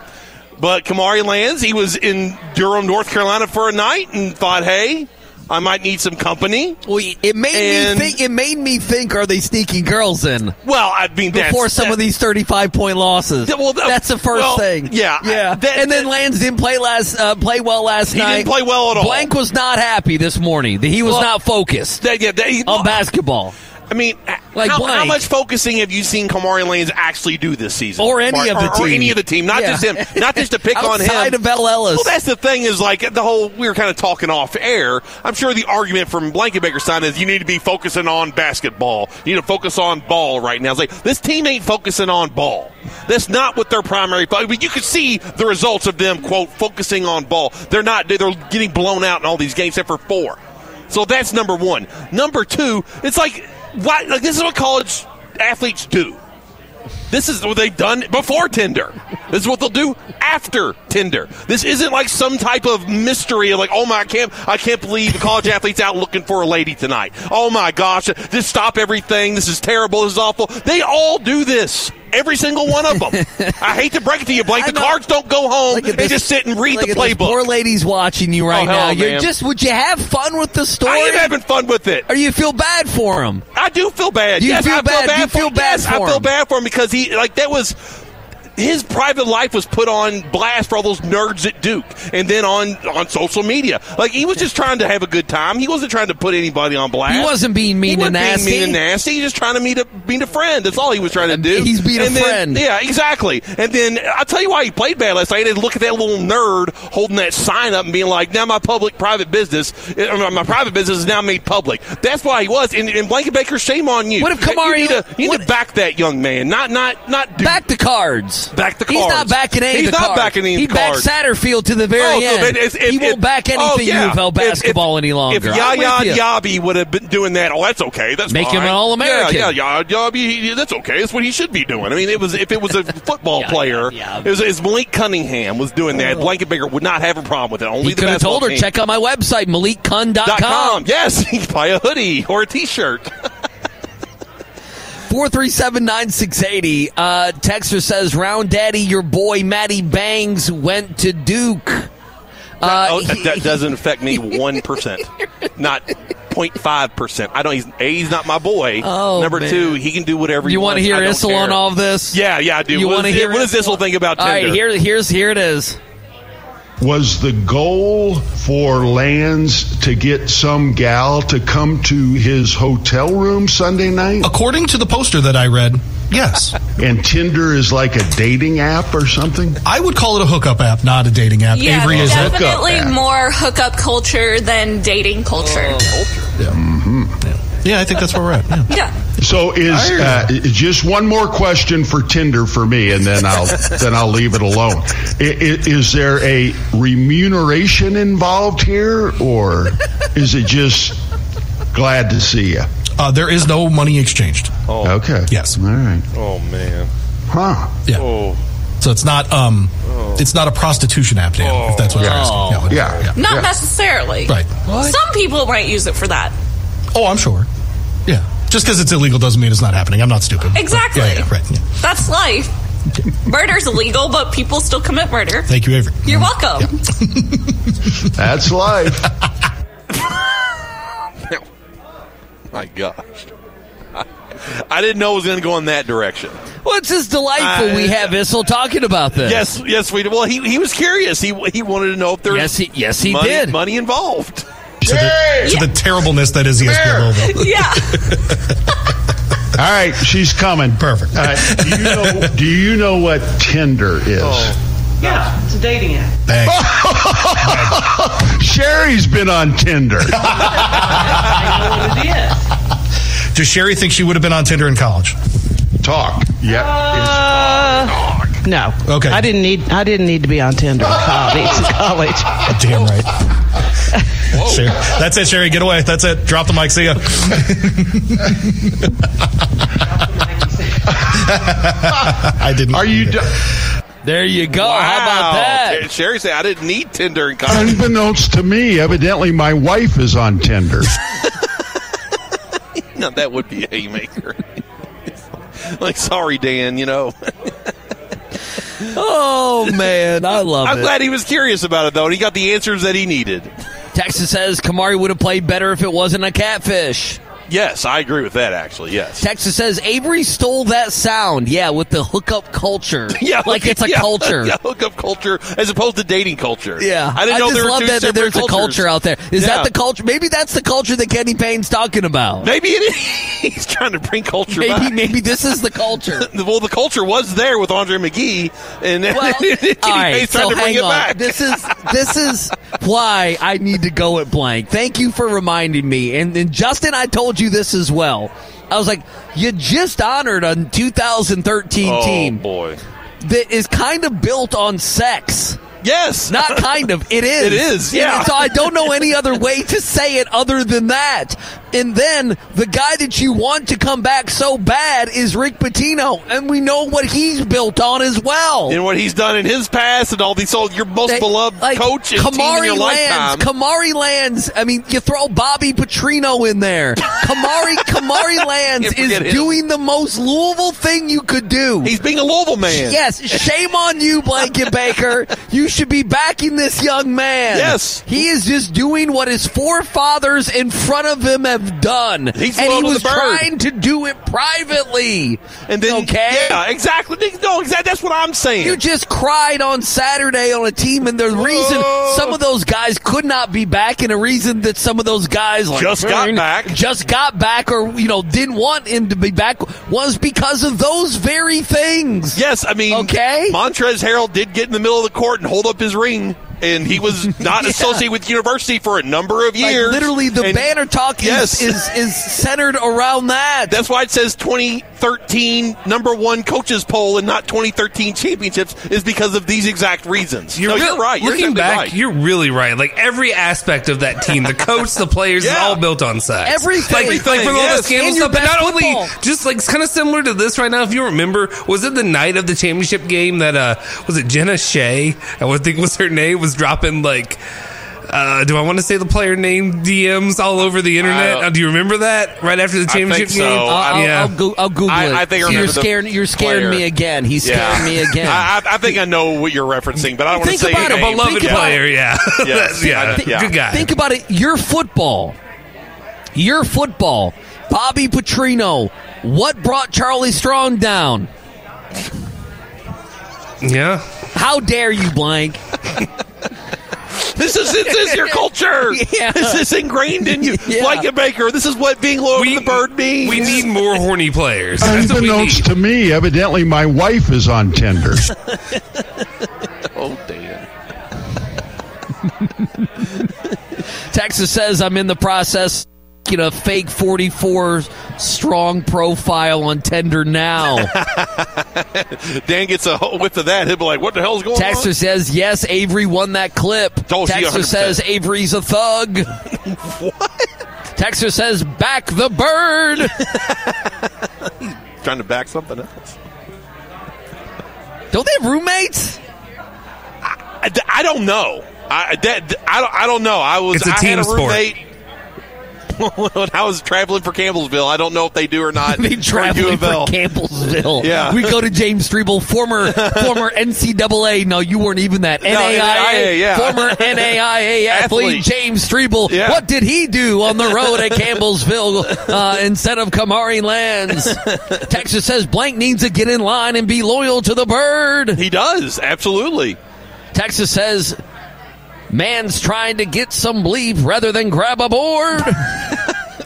I: But Kamari Lands, he was in Durham, North Carolina for a night and thought, hey, I might need some company.
F: Well, it made
I: And-
F: me think. It made me think. Are they sneaking girls in
I: Well, I mean, that's,
F: before some
I: that-
F: of these thirty-five point losses?
I: Yeah, well, that-
F: That's the first
I: well,
F: thing.
I: yeah,
F: yeah.
I: I- that-
F: and then
I: that-
F: Lands didn't play last. Uh, play well last
I: He
F: night.
I: didn't play well at all.
F: Blank was not happy this morning. He was
I: Well,
F: not focused
I: that, yeah, that, he-
F: on basketball.
I: I mean,
F: Like
I: how,
F: blank.
I: how much focusing have you seen Kamari Lanes actually do this season,
F: Or any of the
I: or
F: team.
I: any of the team? Not
F: Yeah.
I: just him, not just to
F: [LAUGHS]
I: pick on him.
F: Outside of Al Ellis.
I: Well, that's the thing is like the whole we were kind of talking off air. I'm sure the argument from Blankenbaker's side is you need to be focusing on basketball. You need to focus on ball right now. It's like this team ain't focusing on ball. That's not what their primary. fo- But you can see the results of them quote focusing on ball. They're not. They're getting blown out in all these games except for four. So that's number one. Number two, it's like why like this is what college athletes do. This is what they've done before Tinder. This is what they'll do after Tinder. This isn't like some type of mystery of like, oh my, I can't, I can't believe the college athlete's out looking for a lady tonight. Oh my gosh, this stop everything. This is terrible. This is awful. They all do this. Every single one of them. I hate to break it to you, Blake. The cards don't go home. They
F: this-
I: just sit and read
F: look
I: the
F: at this
I: playbook.
F: Poor ladies watching you right
I: Oh, hell,
F: now. You're
I: man.
F: just. Would you have fun with the story? I
I: am having fun with it.
F: Or you feel bad for him?
I: I do feel bad.
F: You
I: yes,
F: feel
I: I
F: bad.
I: Feel bad
F: You
I: for
F: feel
I: him.
F: bad
I: Yes,
F: for
I: I feel
F: him.
I: bad for him because he like that was his private life was put on blast for all those nerds at Duke, and then on on social media. Like he was just trying to have a good time. He wasn't trying to put anybody on blast.
F: He wasn't being mean
I: He wasn't
F: and
I: being
F: nasty.
I: mean and nasty. He's just trying to meet a meet a friend. That's all he was trying to do.
F: He's being a
I: And then-
F: friend.
I: Yeah, exactly. And then I'll tell you why he played bad last night. Is look at that little nerd holding that sign up and being like, "Now my public private business, uh, my private business is now made public." That's why he was. And, and Blankenbaker, shame on you.
F: What if
I: You
F: Kamari-
I: need to- You need to back that young man. Not not not do-
F: Back the cards.
I: Back the cards.
F: He's not backing any
I: He's
F: of the
I: not
F: cards.
I: backing any of
F: He
I: the cards.
F: backed Satterfield to the very
I: Oh, no,
F: end.
I: but if- if-
F: he
I: if-
F: won't back anything
I: oh, yeah.
F: UFL
I: If- if-
F: basketball any
I: If
F: longer. I'm with
I: Yaya
F: you.
I: Yabi would have been doing that, oh, that's okay. That's
F: Make him
I: fine.
F: an All-American.
I: Yeah, yeah, Yaya Yabi, he- that's okay. That's what he should be doing. I mean, it was if it was
F: [LAUGHS]
I: a football player, it was, it was Malik Cunningham was doing that. Blankenbaker would not have a problem with it. Only
F: he
I: the
F: could have
I: basketball
F: told her,
I: team.
F: check out my website,
I: Dot com.
F: malikkun.com.
I: Yes, [LAUGHS] you can buy a hoodie or a
F: [LAUGHS]
I: T-shirt.
F: 4379680. Uh, Texter says, Round Daddy, your boy Matty Bangs went to Duke. Uh,
I: oh,
F: he-
I: that, that doesn't affect me one percent, not 05 percent. I don't. He's a. He's not my boy.
F: Oh,
I: Number
F: man.
I: two, he can do whatever
F: you
I: want
F: want to hear Issel
I: Issel
F: on all of this?
I: Yeah, yeah, I do.
F: You
I: What
F: want to
I: is-
F: hear
I: what does
F: Issel
I: Issel think about
F: All right,
I: Tinder?
F: here, here's here it is.
B: Was the goal for Lands to get some gal to come to his hotel room Sunday night?
L: According to the poster that I read,
F: [LAUGHS]
L: yes.
B: And Tinder is like a dating app or something?
L: I would call it a hookup app, not a dating app.
M: Yeah,
L: Avery is a hookup
M: definitely
L: app.
M: more hookup culture than dating culture.
L: Oh. Yeah, I think that's where we're at. Yeah.
M: Yeah.
B: So is uh, just one more question for Tinder for me, and then I'll [LAUGHS] then I'll leave it alone. I- i- Is there a remuneration involved here, or is it just glad to see you?
L: Uh, there is no money exchanged.
I: Oh.
B: Okay.
L: Yes.
B: All right.
I: Oh man.
B: Huh.
L: Yeah. So it's not um, it's not a prostitution app, Dan. If that's what you're asking.
B: Yeah.
M: Not necessarily.
L: Right.
M: Some people might use it for that.
L: Oh, I'm sure. Yeah. Just because it's illegal doesn't mean it's not happening. I'm not stupid.
M: Exactly.
L: Yeah, yeah, right. Yeah.
M: That's life. Murder's illegal, but people still commit murder.
L: Thank you, Avery.
M: You're welcome.
B: That's [LAUGHS] life.
I: My gosh. I, I didn't know it was going to go in that direction.
F: Well, it's just delightful
I: I-
F: we have Issel talking about this.
I: Yes, yes, we. Well, he, he was curious. He he wanted to know if there
F: Yes, he- yes, he
I: money,
F: did.
I: money involved.
L: To, the, to the terribleness that is ESPN
M: [LAUGHS]
L: Louisville.
M: yeah.
B: All right, she's coming.
L: Perfect.
B: Uh, do, you know, do you know what Tinder is?
I: Oh,
N: Yeah, it's a dating app.
L: Thanks.
B: [LAUGHS] Sherry's been on [LAUGHS] Tinder.
L: Does Sherry think she would have been on Tinder in college?
B: Talk. Yeah.
N: Uh, no.
L: Okay.
N: I didn't need. I didn't need to be on Tinder. in College. college.
M: [LAUGHS]
L: Damn right. Sher- That's it, Sherry. Get away. That's it. Drop the mic. See ya. I didn't.
B: Are you?
N: [LAUGHS]
B: Do-
F: There you go. Oh, How
I: Wow.
F: about that?
I: T- Sherry said I didn't need Tinder in
F: [LAUGHS]
I: college.
B: Unbeknownst to me, evidently my wife is on Tinder.
I: no, that would be a haymaker. [LAUGHS] like, sorry, Dan. You know,
F: Oh man, I love
I: I'm
F: it.
I: glad he was curious about it though, and he got the answers that he needed.
F: Texas says Kamari would have played better if it wasn't a catfish.
I: Yes, I agree with that. Actually, yes.
F: Texas says Avery stole that sound. Yeah, with the hookup culture.
I: [LAUGHS] [LAUGHS] Yeah,
F: like it's a
I: yeah, [LAUGHS]
F: culture.
I: Yeah, hookup culture as opposed to dating culture.
F: Yeah,
I: I didn't know
F: just
I: there were
F: love
I: two
F: that, that
I: separate
F: there's a
I: cultures.
F: culture out there. Is
I: Yeah.
F: that the culture? Maybe that's the culture that Kenny Payne's talking about.
I: Maybe it is. [LAUGHS] He's trying to bring culture
F: [LAUGHS] Maybe-
I: back.
F: maybe this is
I: [LAUGHS]
F: the culture.
I: well, the culture was there with Andre McGee, and [LAUGHS] then
F: Well,
I: he's
F: all
I: trying
F: right, so
I: to bring
F: hang
I: it
F: on.
I: back.
F: This is this is why I need to go at blank. Thank you for reminding me. And, and Justin, I told you this as well. I was like, you just honored a 2013
I: oh,
F: team
I: boy.
F: that is kind of built on sex.
I: Yes. [LAUGHS]
F: Not kind of. It is.
I: It is,
F: And
I: yeah. [LAUGHS]
F: so I don't know any other way to say it other than that. And then the guy that you want to come back so bad is Rick Patino, and we know what he's built on as well.
I: And what he's done in his past and all these. So your most
F: They-
I: beloved
F: like,
I: coach and team in
F: Kamari
I: your lifetime.
F: Lands, Kamari Lands. I mean, you throw Bobby Petrino in
I: [LAUGHS]
F: there. Kamari Kamari Lands
I: Can't
F: is
I: forget him.
F: doing the most Louisville thing you could do.
I: He's being a Louisville man.
F: Yes, shame on you, Blanket Baker. You should be backing this young man.
I: Yes.
F: he is just doing what his forefathers in front of him have done,
I: He's
F: and he
I: loyal to
F: was
I: the bird.
F: trying to do it privately.
I: And then
F: okay,
I: yeah, exactly. No, exactly. That's what I'm saying.
F: you just cried on Saturday on a team, and the reason
I: Oh.
F: some of those guys could not be back, and the reason that some of those guys like
I: Just got
F: Vern,
I: back.
F: just got back, or you know, didn't want him to be back, was because of those very things.
I: Yes, I mean,
F: Okay.
I: Montrez Harrell did get in the middle of the court and hold up his ring, and he
F: [LAUGHS]
I: was not
F: Yeah.
I: associated with university for a number of
F: Like,
I: years.
F: literally, the
I: And
F: banner talk
I: Yes.
F: is, is is centered around that.
I: That's why it says 2013 number one coaches poll and not 2013 championships is because of these exact reasons.
H: You're,
I: no,
H: real-
I: you're right. You're
H: Looking
I: exactly
H: back,
I: right.
H: you're really right. Like every aspect of that team, the coach, the players, is
I: Yeah.
H: all built on sex.
F: Everything.
H: Like, like for all
I: Yes.
H: the scandal
F: And your
H: stuff, but
F: best
H: not only
F: football.
H: just like it's kind of similar to this right now. If you remember, was it the night of the championship game that uh was it Jenna Shea? I would think was her name was dropping like. Uh, do I want to say the player name DMs all over the internet?
I: don't-
H: Uh, do you remember that right after the championship
I: so.
H: game?
I: I'll-
F: I'll,
H: yeah,
F: I'll, go, I'll Google
I: I-
F: it.
I: I think I
F: you're
I: remember the
F: scaring you're scaring
I: player.
F: me again. He's scaring
I: Yeah. [LAUGHS]
F: me again.
I: I, I- I think I know what you're referencing, but I don't want to
F: Think
I: say
F: about
I: the
F: it.
I: name.
F: Beloved
I: Yeah.
H: player. Yeah,
I: Yes.
H: yeah,
I: Think-
H: good guy.
F: Think about it. Your football. Your football. Bobby Petrino. What brought Charlie Strong down?
H: yeah.
F: How dare you, blank?
I: This is this is
F: [LAUGHS]
I: your culture.
F: Yeah.
I: This is ingrained in you,
F: Yeah.
I: Blanket Baker. This is what being loyal to the bird means.
H: We need more horny players. That's what we need.
B: Unbeknownst to me, evidently my wife is
N: [LAUGHS]
B: on Tinder.
I: oh damn.
F: Texas says I'm in the process. You know, fake 44 strong profile on Tinder now.
I: Dan gets a whole whiff of that. He'll be like, "What the hell's going
F: Texter says, yes, Avery won that clip.
I: Oh, she
F: Texter
I: 100%.
F: says, Avery's a thug. what? Texter says, back the bird.
I: on?" Trying to back something else.
F: Don't they have roommates?
I: I, d- I don't know. I that, I don't I don't know. I was
H: It's a
I: I had
H: team
I: a
H: sport.
I: roommate [LAUGHS] when I was traveling for Campbellsville. I don't know if they do or not.
F: [LAUGHS] They
I: for
F: travel
I: UofL.
F: for Campbellsville.
I: Yeah.
F: We go to James Strebel,
I: [LAUGHS]
F: former former NCAA. No, you weren't even that. NAIA.
I: NAIA, yeah. [LAUGHS]
F: Former NAIA athlete
I: Athlete.
F: James Strebel.
I: Yeah.
F: What did he do on the road at Campbellsville uh, instead of
I: [LAUGHS]
F: Kamari Lands? Texas says blank needs to get in line and be loyal to the bird.
I: He does absolutely.
F: Texas says, man's trying to get some bleep rather than grab
I: [LAUGHS]
F: a board.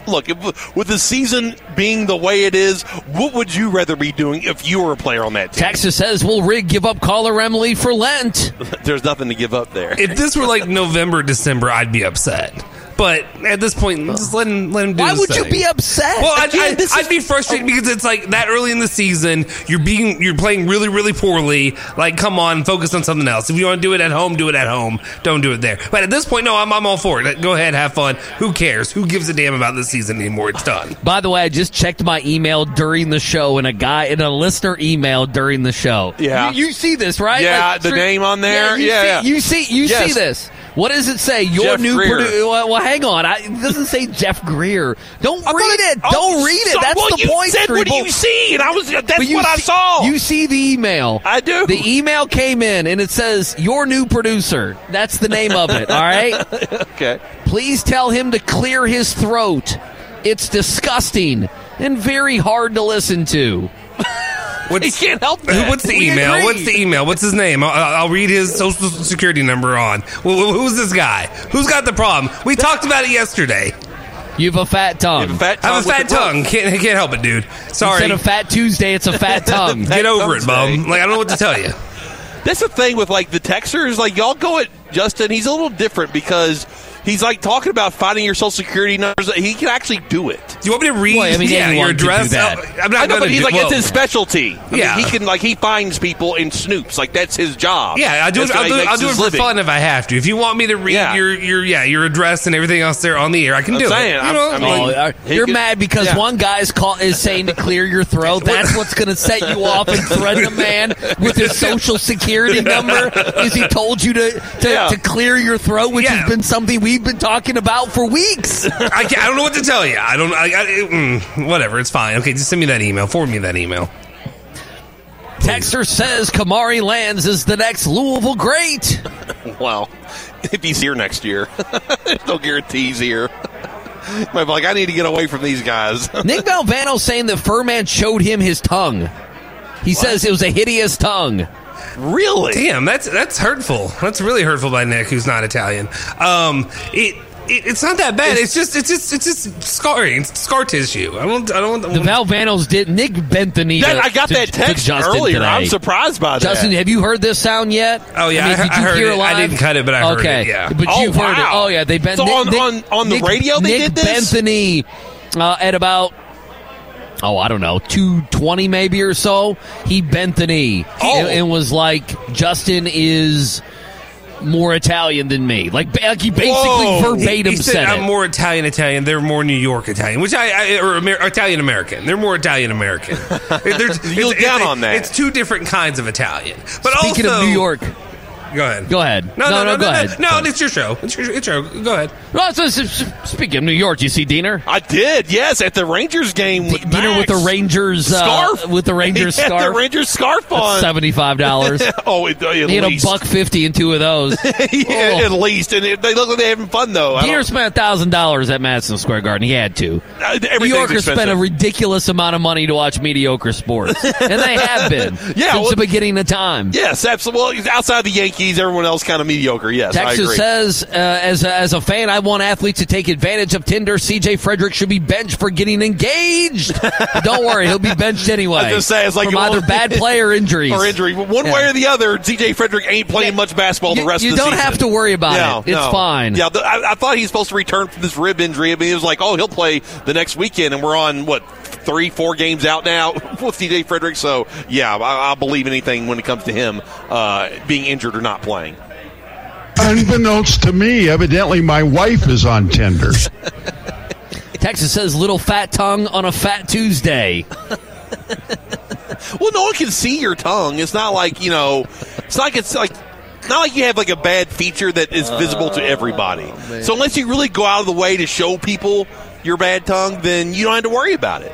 I: Look, if, with the season being the way it is, what would you rather be doing if you were a player on that team?
F: Texas says, will Rig give up caller Emily for Lent?
I: [LAUGHS] There's nothing to give up there.
H: If this were like November, December, I'd be upset. But at this point, just let him let him do.
F: Why
H: his
F: would you
H: thing.
F: be upset?
H: Well, I'd,
F: Again,
H: I'd,
F: this
H: I'd
F: is-
H: be frustrated because it's like that early in the season. You're being you're playing really really poorly. Like, come on, focus on something else. If you want to do it at home, do it at home. Don't do it there. But at this point, no, I'm I'm all for it. Go ahead, have fun. Who cares? Who gives a damn about this season anymore? It's done.
F: By the way, I just checked my email during the show, and a guy and a listener email during the show.
I: Yeah.
F: you, you see this, right?
I: Yeah, the name on there.
F: you
I: Yeah,
F: see,
I: yeah.
F: you see, you
I: Yes.
F: see this. What does it say? Your
I: Jeff
F: new
I: Greer.
F: produ- well, well, hang on. I, it doesn't say Jeff Greer. Don't
I: I thought
F: read it.
I: oh,
F: Don't read
I: so-
F: it. That's
I: well,
F: the
I: you
F: point.
I: Said, what do
F: Struble.
I: you see? And I was that's
F: But you
I: what I
F: see-
I: saw.
F: You see the email.
I: I do.
F: The email came in and it says, Your new producer. That's the name of it, all
I: [LAUGHS]
F: right?
I: okay.
F: Please tell him to clear his throat. It's disgusting and very hard to listen to.
H: [LAUGHS] What's,
I: He can't help [LAUGHS] that.
H: What's the
I: We
H: email?
I: agree.
H: What's the email? What's his name? I'll- I'll, I'll read his social security number on. Wh- wh- Who's this guy? Who's got the problem? We talked about it yesterday.
F: You have a fat tongue.
I: If a fat
H: I
I: tongue
H: e- have a
I: with
H: fat
I: the-
H: tongue. Can't can't help it, dude. Sorry.
F: Instead of Fat Tuesday, it's a
H: [LAUGHS]
F: fat tongue.
H: Get over it,
I: Tuesday.
H: bum. Like I don't know what to tell you.
I: That's the thing with like the texters. Like y'all go at Justin. He's a little different because he's like talking about finding your social security numbers. He can actually do it.
H: You want me to read?
F: Well, I mean,
H: yeah, your
F: anyone could do
H: address.
F: that.
H: Oh, I'm not
I: I know,
H: gonna
I: but he's
H: do-
I: like
H: well,
I: it's his specialty. I mean,
H: Yeah.
I: he can like he finds people and snoops. Like that's his job.
H: Yeah, I do.
I: That's
H: It,
I: how
H: I'll
I: he
H: do, it-
I: makes
H: I'll do it
I: his
H: for
I: living.
H: fun if I have to. If you want me to read
I: Yeah.
H: your your yeah your address and everything else there on the air, I can
I: I'm
H: do
I: saying,
H: it.
I: I'm- I mean,
H: like-
I: Oh, I-
F: You're
I: could-
F: mad because
I: yeah.
F: one guy's call is saying to clear your throat. That's what's going to set you off and threaten a man with his social security number. Is he told you to to,
H: Yeah.
F: to clear your throat, which
H: Yeah.
F: has been something we've been talking about for weeks.
H: I, can't, I don't know what to tell you. I don't. I, I, it- mm, whatever. It's fine. Okay, just send me that email. Forward me that email.
F: Texter says Kamari Lands is the next Louisville great.
I: Well, [LAUGHS] if he's here next year, [LAUGHS] there's no guarantee he's here. [LAUGHS] Might be like, I need to get away from these guys. [LAUGHS]
F: Nick Valvano saying that Furman showed him his tongue. He says it was a hideous tongue.
I: Really?
H: Damn, that's that's hurtful. That's really hurtful by Nick, who's not Italian. Um, it. it- It's not that bad. It's just, it's just, it's just scarring, it's scar tissue. I don't, I don't.
F: The Valvanos did. Nick bent the knee.
I: That-
F: to-
I: I got
F: to-
I: that
F: to
I: text
F: Justin
I: earlier.
F: today.
I: I'm surprised by that.
F: Justin, have you heard this sound yet?
H: Oh, yeah, I he- I heard it. I didn't cut it, but I heard it,
F: okay.
H: yeah.
F: but
I: Oh,
F: you've heard it.
I: wow.
F: Oh yeah, they bent.
I: So
F: Nick,
I: on-
F: Nick-
I: on- on the
F: Nick-
I: radio they
F: Nick
I: did this?
F: Bent the knee uh, at about. Oh, I don't know, two twenty maybe or so. He bent the knee
I: Oh.
F: and, and was like, "Justin is more Italian than me." Like, ba- like he basically
H: Whoa.
F: verbatim
H: He- he
F: said, it.
H: I'm more Italian Italian. They're more New York Italian, which I, I or Amer- Italian American. They're more
I: [LAUGHS]
H: Italian American.
I: You'll down on that.
H: It's two different kinds of Italian. But
F: Speaking
H: also,
F: of New York,
H: go ahead.
F: go ahead.
H: No, no, no, no,
F: go
H: no,
F: ahead.
H: no, it's your show. It's your, it's your Go ahead.
F: No, so- so- so- speaking of New York, you see Diener?
I: I did, yes, at the Rangers game with
F: Dinner with
I: Max.
F: the Rangers uh,
I: scarf
H: [LAUGHS]
F: with the Rangers
I: [LAUGHS] He had
F: scarf.
I: the Rangers scarf on.
F: seventy five
I: [LAUGHS]
F: dollars.
I: oh, at, at
F: He had a
I: least.
F: buck Oh. fifty and two of those.
I: [LAUGHS] yeah, at least, and it- they look like they're having fun though. I don't-
F: Peter spent thousand dollars at Madison Square Garden. He had to.
I: Uh,
F: New
I: everything's
F: Yorkers spent a
I: expensive.
F: ridiculous amount of money to watch
I: [LAUGHS]
F: mediocre sports, and they have been
I: Yeah,
F: since
I: well-
F: the beginning of time.
I: Yes, absolutely. Well, outside the Yankees, everyone else kind of mediocre. Yes, I
F: Texas
I: agree.
F: says, uh, as a, as a fan, I want athletes to take advantage of Tinder. C.J. Frederick should be benched for
I: [LAUGHS]
F: getting engaged. Don't worry, he'll be benched anyway.
I: I was gonna say it's like
F: from either bad play or
I: [LAUGHS]
F: injuries.
I: or injury. But One
F: Yeah.
I: way or the other, DJ Frederick ain't playing much basketball
F: You-
I: the rest
F: you
I: of the
F: don't
I: season.
F: have to worry about it. It's fine.
I: Yeah, th- I, I thought he was supposed to return from this rib injury. I mean, it was like, oh, he'll play the next weekend, and we're on what three, four games out now [LAUGHS] with DJ Frederick. So yeah, I, I believe anything when it comes to him uh, being injured or not playing.
B: Unbeknownst to me, evidently my wife is on Tinder.
F: Texas says, little fat tongue on a fat Tuesday.
I: Well, no one can see your tongue. It's not like you know. It's like it's like not like you have like a bad feature that is visible to everybody.
F: Oh,
I: so unless you really go out of the way to show people your bad tongue, then you don't have to worry about it.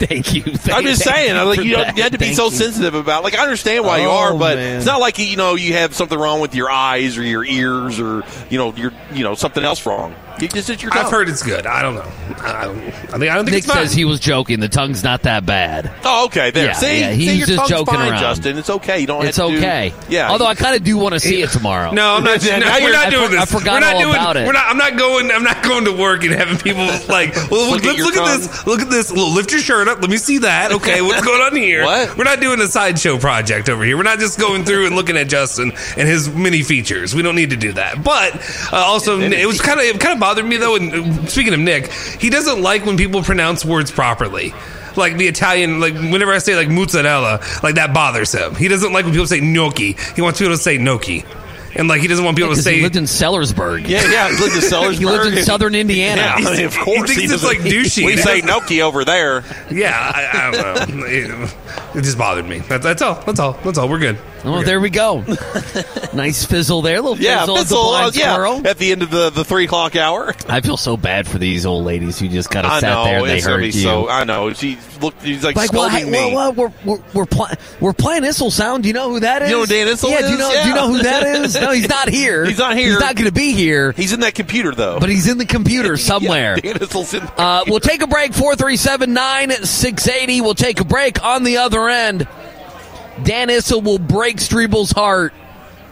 F: [LAUGHS] Thank you.
I: I'm just saying, I'm like you,
F: don't
I: don't, you have to be so sensitive about. Like I understand why you are,
F: Oh,
I: but
F: man.
I: it's not like you know you have something wrong with your eyes or your ears or you know your you know something else wrong. It just it's your tongue.
H: I've heard it's good. I don't know. I, I don't I think I don't think
F: Nick
H: it's fine.
F: says he was joking. The tongue's not that bad.
I: Oh, okay. There.
F: Yeah,
I: see,
F: yeah,
I: See,
F: he's
I: your
F: just
I: tongue's
F: joking
I: fine,
F: around.
I: Justin. It's okay. You don't.
F: It's
I: have to do-
F: okay.
I: yeah.
F: Although I kind of do want to see it tomorrow.
H: No, I'm not.
I: Yeah,
H: no,
I: [LAUGHS] now
H: we're
I: you're-
H: not
I: I
H: doing
I: for-
H: this.
I: I
F: forgot
H: we're not
F: all
H: doing,
F: about it.
H: We're not, I'm not going. I'm not going to work and having
I: [LAUGHS]
H: people like. Well,
I: Look
H: look,
I: at your
H: look, at this. Look at this. Well, Lift your shirt up. Let me see that. Okay, what's going on here?
I: [LAUGHS] What?
H: We're not doing a sideshow project over here. We're not just going through and looking at Justin and his many features. We don't need to do that. But uh, also, it was kind of it kind of bothered me though. And uh, speaking of Nick, he doesn't like when people pronounce words properly. Like the Italian, like whenever I say like mozzarella, like that bothers him. He doesn't like when people say gnocchi. He wants people to say gnocchi. And like he doesn't want people to
F: Because
H: say
F: he lived in Sellersburg.
I: Yeah, yeah. He
F: [LAUGHS]
I: lived in Sellersburg.
F: He lived in southern Indiana.
I: Yeah, I mean, of course.
H: He thinks it's
I: doesn't-
H: like douchey.
I: We say Noki over
F: [LAUGHS]
I: there.
H: Yeah, I, I don't know. [LAUGHS] It, it just bothered me. That, that's all. That's all. That's all. We're good.
F: Oh, there
I: [LAUGHS]
F: we go. nice fizzle there. little
I: Yeah,
F: fizzle, at the
I: Bissell, uh,
F: blind
I: yeah,
F: squirrel.
I: at the end of the, the three o'clock hour.
F: I feel so bad for these old ladies who just kind of
I: I
F: sat
I: know
F: there and they
I: it's gonna
F: hurt
I: be
F: you.
I: so. I know she looked. She's like,
F: like, well, hey,
I: scolding me.
F: well, well, we're we're we're, pl- we're playing Issel Sound. Do you know who that is?
I: You know who Dan Issel
F: yeah, Do you
I: is?
F: know,
I: Yeah.
F: Do you know who that is? No, he's
I: [LAUGHS]
F: not here.
I: He's not here.
F: He's not going to be here.
I: He's in that computer though.
F: But he's in
I: [LAUGHS]
F: the computer somewhere.
I: Dan Issel's in the
F: Uh, we'll take a break. 437-9680. We'll take a break. On the other end, Dan Issel will break Strebel's heart.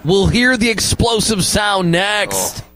F: We'll hear the explosive sound next.